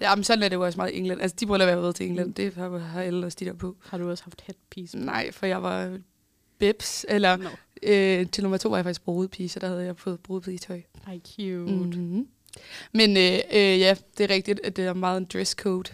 S3: Ja, men sådan er det jo også meget i England. Altså, de briller, jeg har været til England, det har, har alle også de der på.
S4: Har du også haft headpiece?
S3: Nej, for jeg var bips, eller
S4: No.
S3: øh, til nummer to var jeg faktisk brudepige, så der havde jeg fået brudepige tøj.
S4: Ej, cute. Mm.
S3: Mm-hmm. Men øh, øh, ja, det er rigtigt, at det er meget en dresscode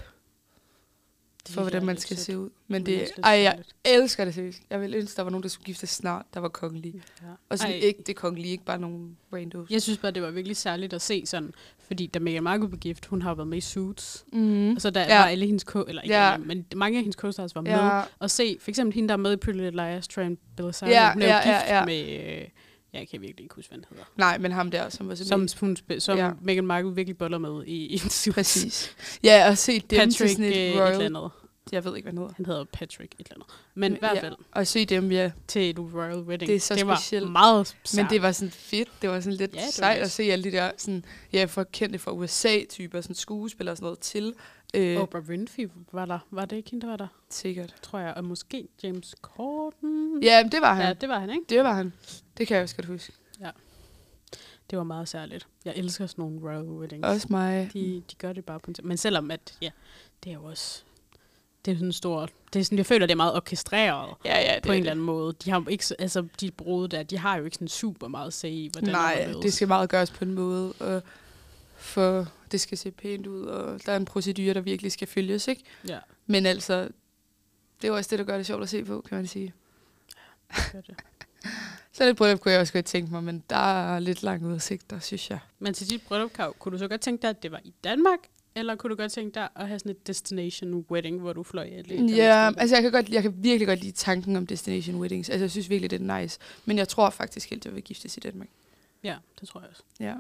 S3: for, hvordan man skal se ud. Men det, ej, jeg elsker det seriøst. Jeg ville ønske, der var nogen, der skulle gifte snart, der var kongelige.
S4: Ja.
S3: Og sådan
S4: Ej.
S3: ikke det kongelige, ikke bare nogen randos.
S4: Jeg synes bare, det var virkelig særligt at se sådan, fordi da Meghan Markle blev gift, hun har jo været med i Suits.
S3: Mm-hmm.
S4: Og så der
S3: Ja.
S4: ja. var alle hendes ko- eller ikke
S3: Ja.
S4: alle, men mange af hendes co-stars var med.
S3: Ja,
S4: Og se, for eksempel hende, der er med i Pretty Little Liars, Trent Belisario,
S3: Ja,
S4: ja, hun er jo
S3: ja,
S4: ja,
S3: ja,
S4: gift
S3: ja.
S4: ja, med, øh, jeg kan virkelig ikke huske, hvad han hedder.
S3: nej, men ham der, som var så
S4: Som, hun, sp- som
S3: Ja.
S4: ja. Meghan Markle virkelig boller med i, i en super.
S3: Præcis. Ja, og se dem til
S4: Patrick
S3: sådan
S4: øh,
S3: et
S4: et
S3: royal...
S4: eller andet.
S3: Jeg ved ikke, hvad han hedder.
S4: Han hedder Patrick et eller andet. Men i hvert
S3: Ja.
S4: fald
S3: Og se dem, ja.
S4: til et royal wedding.
S3: Det er så
S4: det var
S3: specielt.
S4: meget
S3: Men
S4: sejt.
S3: det var sådan fedt. Det var sådan lidt
S4: Ja,
S3: ja,
S4: det var
S3: sejt
S4: nice.
S3: at se alle de der sådan, ja, for kendte fra USA-typer, sådan skuespillere og sådan noget til. Øh, oh.
S4: Oprah Winfrey var der. Var det ikke hende, der var der?
S3: Sikkert.
S4: Tror jeg. Og måske James Corden.
S3: Ja, men det var han.
S4: ja
S3: Ja.
S4: det var han, ikke?
S3: Det var han. Det kan jeg også godt huske.
S4: Det var meget særligt. Jeg elsker sådan nogle royal weddings.
S3: Også mig.
S4: De, de gør det bare på en Men selvom at, ja, det er jo også, det er sådan en stor, det er sådan, jeg føler, det er meget orkestreret
S3: Ja, ja, det
S4: på
S3: er
S4: en
S3: det.
S4: eller anden måde. De har jo ikke, så- altså de brode der, de har jo ikke sådan super meget at se i, hvordan og
S3: Nej,
S4: hvorledes.
S3: det skal meget gøres på en måde, og for det skal se pænt ud, og der er en procedure, der virkelig skal følges, ikke?
S4: Ja,
S3: Men altså, det er jo også det, der gør det sjovt at se på, kan man sige.
S4: det gør det.
S3: Så lidt bryllup kunne jeg også godt tænke mig, men der er lidt lang udsigt, der synes jeg.
S4: Men til dit bryllup, Kav, kunne du så godt tænke dig, at det var i Danmark? Eller kunne du godt tænke dig at have sådan et destination wedding, hvor du fløj alene?
S3: Ja, altså jeg kan, godt, jeg kan virkelig godt lide tanken om destination weddings. Altså jeg synes virkelig, det er nice. Men jeg tror faktisk helt, at jeg vil giftes i Danmark.
S4: Ja, det tror jeg også.
S3: Ja.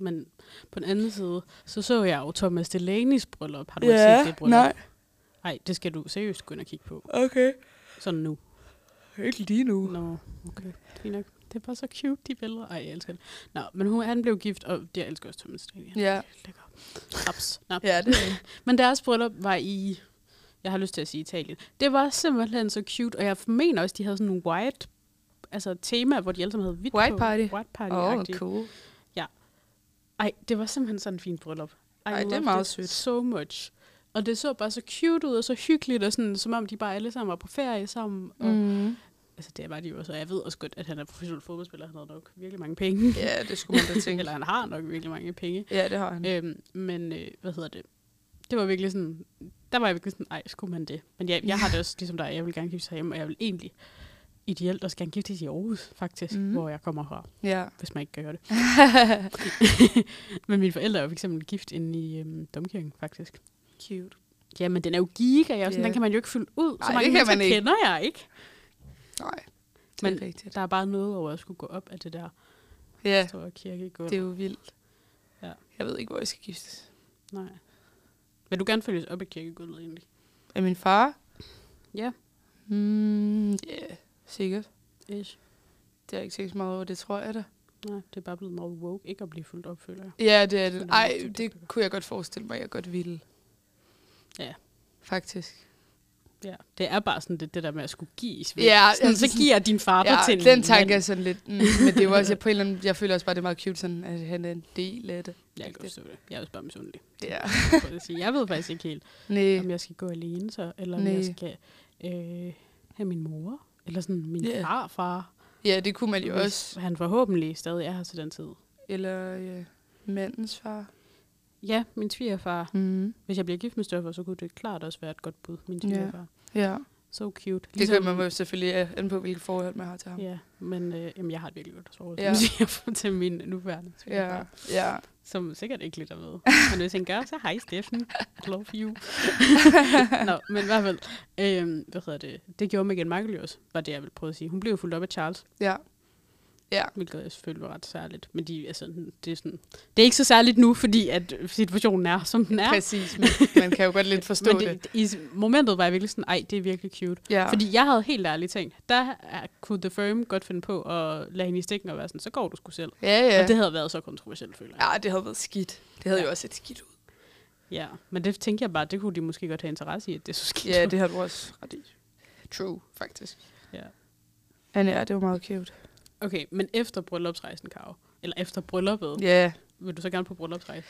S4: Men på den anden side, så så jeg jo Thomas Delaney's bryllup. Har du
S3: ja,
S4: ikke set det bryllup?
S3: nej.
S4: Nej, det skal du seriøst gå ind og kigge på.
S3: Okay.
S4: Sådan nu.
S3: Ikke lige nu.
S4: Nå, okay. Fint nok. Det er bare så cute, de billeder. Ej, jeg elsker det. Nå, men hun, han blev gift, og det jeg elsker også Thomas Delaney. Han er
S3: Ja.
S4: Lækker. Ups. Nå.
S3: Ja, det er
S4: Men deres bryllup var i, jeg har lyst til at sige Italien. Det var simpelthen så cute, og jeg mener også, de havde sådan nogle white altså tema, hvor de alle sammen havde hvidt
S3: White
S4: på.
S3: party.
S4: White party.
S3: Åh, oh,
S4: cool.
S3: cool.
S4: Ej, det var simpelthen sådan en fin bryllup. I
S3: Ej, det er
S4: loved
S3: meget
S4: it
S3: sødt.
S4: so much. Og det så bare så cute ud, og så hyggeligt, og sådan, som om de bare alle sammen var på ferie sammen. Og
S3: Mm.
S4: Altså, det var de jo også. Og jeg ved også godt, at han er professionel fodboldspiller. Han har nok virkelig mange penge.
S3: Ja, det skulle man da tænke. Mm.
S4: Eller han har nok virkelig mange penge.
S3: Ja, det har han.
S4: Øhm, men, øh, hvad hedder det? Det var virkelig sådan... Der var jeg virkelig sådan, ej, skulle man det? Men jeg, jeg har det også ligesom dig. Jeg vil gerne gifte sig hjemme, og jeg vil egentlig ideelt også gerne giftes i Aarhus, faktisk,
S3: Mhm.
S4: mm. hvor jeg kommer fra,
S3: Ja.
S4: hvis man ikke gør det. men mine forældre er jo for eksempel gift inde i øhm, Domkirken, faktisk.
S3: Cute.
S4: Ja, men den er jo giga, jeg er jo sådan,
S3: Ja.
S4: den kan man jo ikke fylde ud.
S3: Nej,
S4: så
S3: det
S4: mange
S3: kan
S4: mennesker
S3: man ikke.
S4: kender jeg ikke.
S3: Nej, det
S4: Men-
S3: er rigtigt.
S4: Der er bare noget over at skulle gå op af det der
S3: Ja,
S4: store kirkegulv.
S3: det er jo vildt.
S4: Ja.
S3: Jeg ved ikke, hvor jeg skal giftes.
S4: Nej. Vil du gerne følges op i kirkegulvet egentlig?
S3: Er min far?
S4: Ja.
S3: Mm, ja, sikkert.
S4: Ish.
S3: Det har jeg ikke tænkt så meget over, det tror jeg da.
S4: Nej, det er bare blevet meget woke ikke at blive fyldt op, føler jeg.
S3: Ja, det er det.
S4: Sådan er
S3: Ej,
S4: det også, det
S3: det kunne jeg godt forestille mig, jeg godt ville.
S4: Ja.
S3: Faktisk.
S4: Ja. Det er bare sådan det, det der med at skulle give sved.
S3: Ja,
S4: sådan,
S3: altså
S4: så
S3: sådan-
S4: giver din far dig til en
S3: den tanke er
S4: mand.
S3: sådan lidt, mm, men det er jo også, jeg, på en eller anden, jeg føler også bare, det er meget cute, sådan, at han er en del af det.
S4: Jeg kan godt forstå det. Jeg er også bare misundelig.
S3: Ja.
S4: får jeg at sige. Jeg ved faktisk ikke helt, om
S3: Nej.
S4: jeg skal gå alene så, eller om
S3: Nej.
S4: jeg skal øh, have min mor, eller sådan min
S3: Ja.
S4: yeah. farfar,
S3: Ja, det kunne man jo
S4: hvis
S3: også.
S4: han forhåbentlig stadig er her til den tid.
S3: Eller ja, mandens far.
S4: Ja, min svigerfar.
S3: Mm.
S4: Hvis jeg bliver gift med Stoffer, så kunne det klart også være et godt bud, min
S3: Ja.
S4: svigerfar.
S3: Ja.
S4: So cute. Ligesom-
S3: Det kan man jo selvfølgelig øh, an på, hvilket forhold man har til ham.
S4: Ja, men øh, jamen, jeg har et virkelig godt forhold
S3: Ja.
S4: ja. til min nuværende
S3: Ja,
S4: svigerfar,
S3: ja.
S4: som sikkert ikke lytter med. Men hvis han gør, så hej Steffen. I love you. Nå, men i hvert fald, øh, hvad hedder det? Det gjorde Meghan Markle jo også, var det, jeg ville prøve at sige. Hun blev jo fuldt op af Charles,
S3: ja.
S4: hvilket jeg selvfølgelig var ret særligt. Men de, altså, det, er sådan, det er ikke så særligt nu, fordi at situationen er, som den er.
S3: Præcis, men man kan jo godt lidt forstå
S4: Men
S3: det.
S4: det, i momentet var jeg virkelig sådan, ej, det er virkelig cute.
S3: Ja.
S4: Fordi jeg havde helt ærligt tænkt, der er- kunne The Firm godt finde på at lade hende i stikken og være sådan, så går du sgu selv.
S3: ja,
S4: Ja.
S3: ja.
S4: Og det havde været så kontroversielt, føler jeg.
S3: ja, det havde været skidt. Det havde
S4: Ja.
S3: jo også set skidt ud.
S4: Ja. Men det tænkte jeg bare, det kunne de måske godt have interesse i, at det så skete.
S3: Ja, det har du også ret i. True, faktisk.
S4: ja.
S3: Men ja, det var meget cute.
S4: Okay, men efter bryllupsrejsen, Karo, eller efter brylluppet, ja.
S3: Ja.
S4: vil du så gerne på bryllupsrejse?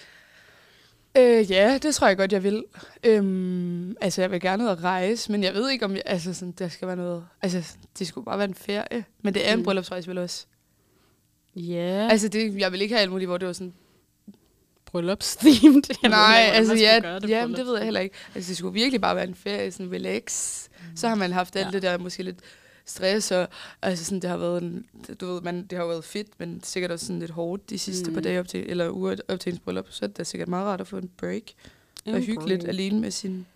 S3: Øh, ja, det tror jeg godt, jeg vil. Øhm, altså, jeg vil gerne ud og rejse, men jeg ved ikke, om jeg, altså, sådan, der skal være noget... Altså, det skulle bare være en ferie. Men det er en
S4: Mm.
S3: mm. bryllupsrejse vel også.
S4: Ja. Altså,
S3: Altså, det, jeg vil ikke have alt muligt, hvor det var sådan...
S4: bryllupsthemed. Jeg ved
S3: nej,
S4: ikke, hvordan
S3: altså,
S4: man skulle
S3: ja,
S4: gøre
S3: det, ja, men det ved jeg
S4: bryllupsthemed.
S3: heller ikke. Altså, det skulle virkelig bare være en ferie, sådan relax. Mm. Så har man haft alt
S4: Ja.
S3: ja. det der måske lidt stress, og altså, sådan, det har været en, du ved, man, det har jo været fedt, men sikkert også sådan lidt hårdt de sidste
S4: Mm.
S3: mm. par dage op til, eller uger op til ens bryllup, så er det da sikkert meget rart at få en break, en og
S4: En
S3: hygge lidt
S4: break.
S3: alene med sin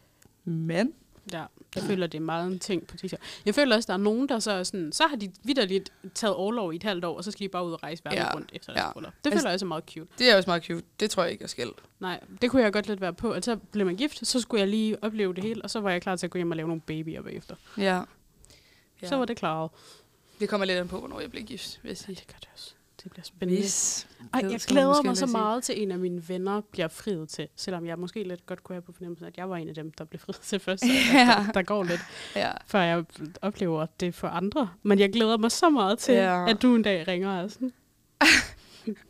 S3: mand.
S4: Ja, jeg føler, det er meget en ting på TikTok. Jeg føler også, der er nogen, der så er sådan, så har de vidderligt taget overlov i et halvt år, og så skal de bare ud og rejse verden ja.
S3: Ja,
S4: rundt efter deres
S3: ja.
S4: bryllup. Det
S3: Altså-
S4: føler jeg også er meget cute.
S3: Det er også meget cute. Det tror jeg ikke, jeg skal.
S4: Nej, det kunne jeg godt lidt være på. Og så blev man gift, så skulle jeg lige opleve det hele, og så var jeg klar til at gå hjem og lave nogle babyer bagefter.
S3: Ja.
S4: Ja. Så var det klaret.
S3: Det kommer lidt an på, hvornår jeg bliver gift, vil jeg sige.
S4: Det gør det også. Det bliver spændende. Ej,
S3: Det
S4: jeg
S3: skal man
S4: glæder
S3: måske
S4: mig så
S3: hellere sige.
S4: meget til, en af mine venner bliver friet til. Selvom jeg måske lidt godt kunne have på fornemmelsen, at jeg var en af dem, der blev friet til først. så Der, der går lidt,
S3: Ja.
S4: før jeg oplever det for andre. Men jeg glæder mig så meget til,
S3: Ja.
S4: at du en dag ringer og er sådan,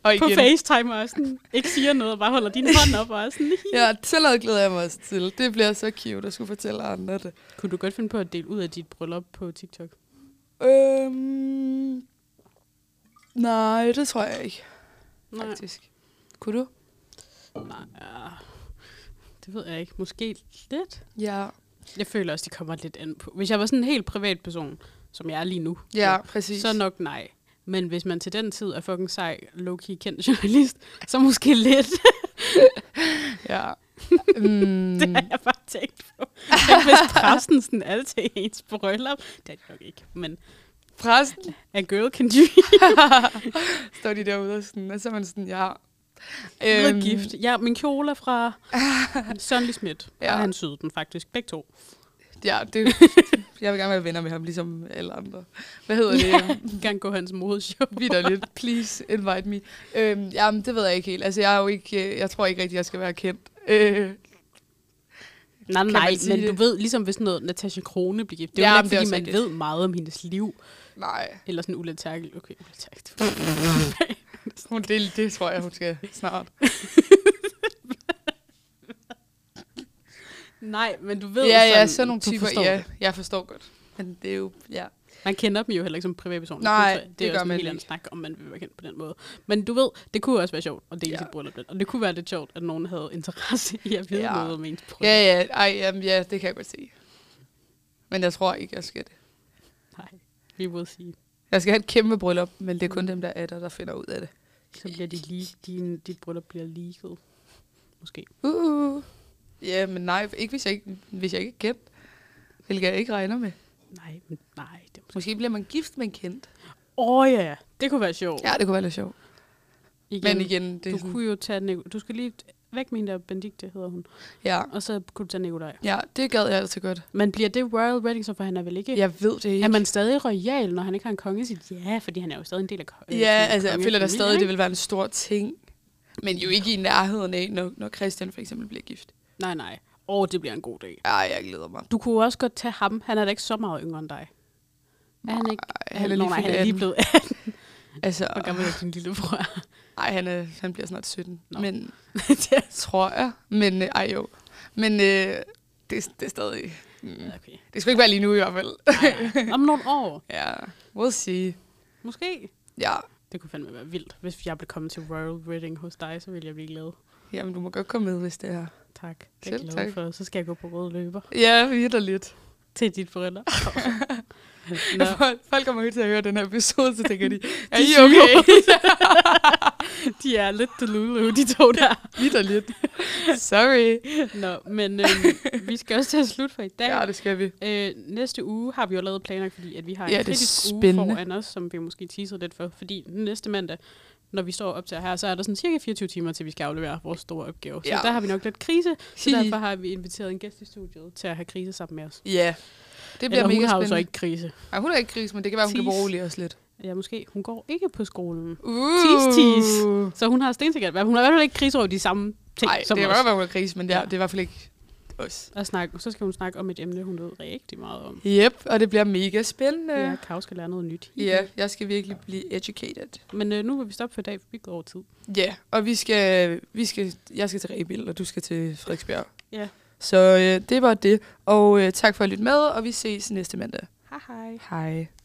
S3: Og
S4: på FaceTime og sådan, ikke siger noget, og bare holder din hånd op og er sådan.
S3: Ja, så noget glæder jeg mig også til. Det bliver så cute at skulle fortælle andre det.
S4: Kunne du godt finde på at dele ud af dit bryllup på TikTok?
S3: Øhm... Nej, det tror jeg ikke,
S4: Nej.
S3: faktisk. Kunne du?
S4: Nej. ja. Det ved jeg ikke. Måske lidt.
S3: Ja,
S4: Jeg føler også, det kommer lidt an på. Hvis jeg var sådan en helt privat person, som jeg er lige nu,
S3: ja præcis.
S4: så nok nej. Men hvis man til den tid er fucking sej, low-key kendt journalist, så måske lidt.
S3: Ja. Mm,
S4: Det har jeg bare tænkt på. Tænk, hvis pressen sådan er til ens bryllup. Det er det nok ikke, men
S3: præsten
S4: a girl can do
S3: står de derude og sådan, og så er man sådan, ja.
S4: Blevet
S3: Øhm.
S4: gift. Ja, min kjole er fra Sønlig Schmidt, ja.
S3: Ja.
S4: og han syede den faktisk, begge to.
S3: Ja, det, jeg vil gerne være venner med ham, ligesom alle andre. Hvad hedder det?
S4: Gerne gå hans modeshow.
S3: Vitterligt, please invite me. Øhm, jamen, det ved jeg ikke helt. Altså, jeg, er jo ikke, øh, jeg tror ikke rigtig, jeg skal være kendt. Øh,
S4: Nej,
S3: Kan
S4: nej,
S3: man sige
S4: men det? du
S3: det?
S4: ved, ligesom hvis sådan noget Natasha Krone blev gift, det er
S3: Ja,
S4: ja, jo
S3: men det
S4: ikke,
S3: er
S4: fordi
S3: også
S4: man
S3: rigtigt.
S4: ved meget om hendes liv.
S3: nej,
S4: Eller sådan Ulla Terkel. Okay, Ulla Terkel.
S3: hun, det, det tror jeg, hun skal snart.
S4: nej, men du ved
S3: Ja,
S4: sådan,
S3: ja, sådan nogle
S4: du
S3: typer,
S4: forstår
S3: ja,
S4: det.
S3: jeg forstår godt. Men det er jo, ja.
S4: Man kender dem jo heller ikke som privatpersoner.
S3: Nej,
S4: det, tror jeg-
S3: det
S4: det er
S3: gør
S4: også en
S3: man
S4: helt anden
S3: ikke.
S4: snak, om man vil være kendt på den måde. Men du ved, det kunne også være sjovt at dele ja.
S3: Ja.
S4: sit bryllup lidt. Og det kunne være lidt sjovt, at nogen havde interesse i at vide ja.
S3: Ja.
S4: noget om ens bryllup.
S3: Ja, ja, ej, jamen, ja, det kan jeg godt se. Men jeg tror ikke, jeg skal det.
S4: Nej, vi will see.
S3: Jeg skal have et kæmpe bryllup, men det er kun dem, der er der, der finder ud af det.
S4: Så bliver de lige, din, dit bryllup bliver leaget. Måske.
S3: Uh. Ja, men nej, ikke hvis jeg ikke, hvis jeg ikke er kendt. Hvilket jeg ikke regner med.
S4: Nej, men nej. Det er måske.
S3: Måske bliver man gift med en kendt.
S4: Åh oh, ja, det kunne være sjovt.
S3: Ja, det kunne være lidt sjovt. Men igen, det er
S4: du
S3: sådan-
S4: kunne jo tage Nic- Du skal lige væk med hende der, Benedikte hedder hun.
S3: Ja,
S4: Og så kunne du tage Nikolaj.
S3: ja det gad jeg altså godt.
S4: Men bliver det Royal Wedding, så for han er vel ikke...
S3: Jeg ved det ikke.
S4: Er man stadig royal, når han ikke har en konge i sit? Ja, fordi han er jo stadig en del af øh, kongen.
S3: ja, altså jeg føler da stadig, det vil være en stor ting. Men jo ikke i nærheden af, når, når Christian for eksempel bliver gift.
S4: Nej, nej. Åh, oh, det bliver en god dag.
S3: Ej, jeg glæder mig.
S4: Du kunne jo også godt tage ham. Han er da ikke så meget yngre end dig. Er han ikke?
S3: Ej, han er lige,
S4: Nå, nej, han er lige blevet...
S3: Altså,
S4: Hvor gammel er din lillebror?
S3: ej, han, er, han bliver snart 17.
S4: Nå.
S3: Nå. Men,
S4: Det er-
S3: tror jeg. Men, øh, ej jo. Men øh, det, er- det er stadig... Mm.
S4: okay.
S3: Det skal ikke være lige nu i hvert fald.
S4: Nej, nej. Om nogle år.
S3: ja, we'll see.
S4: Måske.
S3: Ja,
S4: Det kunne fandme være vildt. Hvis jeg blev kommet til Royal Wedding hos dig, så ville jeg blive glad.
S3: jamen du må godt komme med, hvis det er.
S4: Tak. Det er
S3: Selv
S4: jeg glad
S3: tak.
S4: for. Så skal jeg gå på røde løber.
S3: Ja, vidderligt.
S4: til dine forældre. Nå.
S3: Folk, folk kommer jo til at høre den her episode, så tænker de, er
S4: De
S3: I
S4: syge.
S3: okay?
S4: de er lidt delulu, de to der.
S3: Lidt og lidt. Sorry.
S4: Nå, men øhm, vi skal også til at slutte for i dag.
S3: Ja, det skal vi.
S4: Øh, næste uge har vi jo lavet planer, fordi at vi har en
S3: Ja,
S4: ja,
S3: det er
S4: kritisk uge
S3: spændende.
S4: foran os, som vi måske teasede lidt for. Fordi næste mandag, når vi står op til her, så er der sådan cirka 24 timer, til vi skal aflevere vores store opgave. Så
S3: Ja.
S4: ja. der har vi nok lidt krise, så
S3: Hi.
S4: derfor har vi inviteret en gæst i studiet til at have krise sammen med os.
S3: Ja. Det
S4: Det
S3: bliver
S4: Eller hun
S3: mega
S4: har jo
S3: spændende.
S4: så ikke krise.
S3: Ej, hun er ikke kris, men det kan være, hun kan
S4: Tis.
S3: berolige os lidt.
S4: Ja, måske. Hun går ikke på skolen.
S3: Uh.
S4: Tis, tis. Så hun har stensikkert været. Hun har i hvert fald ikke krise over de samme ting
S3: Ej,
S4: som
S3: det
S4: det
S3: kan
S4: os.
S3: godt være, hun er kris, men det er,
S4: Ja.
S3: det er i hvert fald ikke os.
S4: Og snakke, så skal hun snakke om et emne, hun ved rigtig meget om.
S3: Yep, og det bliver mega spændende.
S4: Ja, Kav skal lære noget nyt.
S3: Ja, jeg skal virkelig blive educated.
S4: Men øh, nu vil vi stoppe for i dag, for vi går over tid.
S3: Ja, yeah, og vi skal, vi skal, jeg skal til Rebild, og du skal til Frederiksbjerg.
S4: Ja.
S3: Så øh, det var det, og øh, tak for at lytte med, og vi ses næste mandag.
S4: Hej hej.
S3: Hej.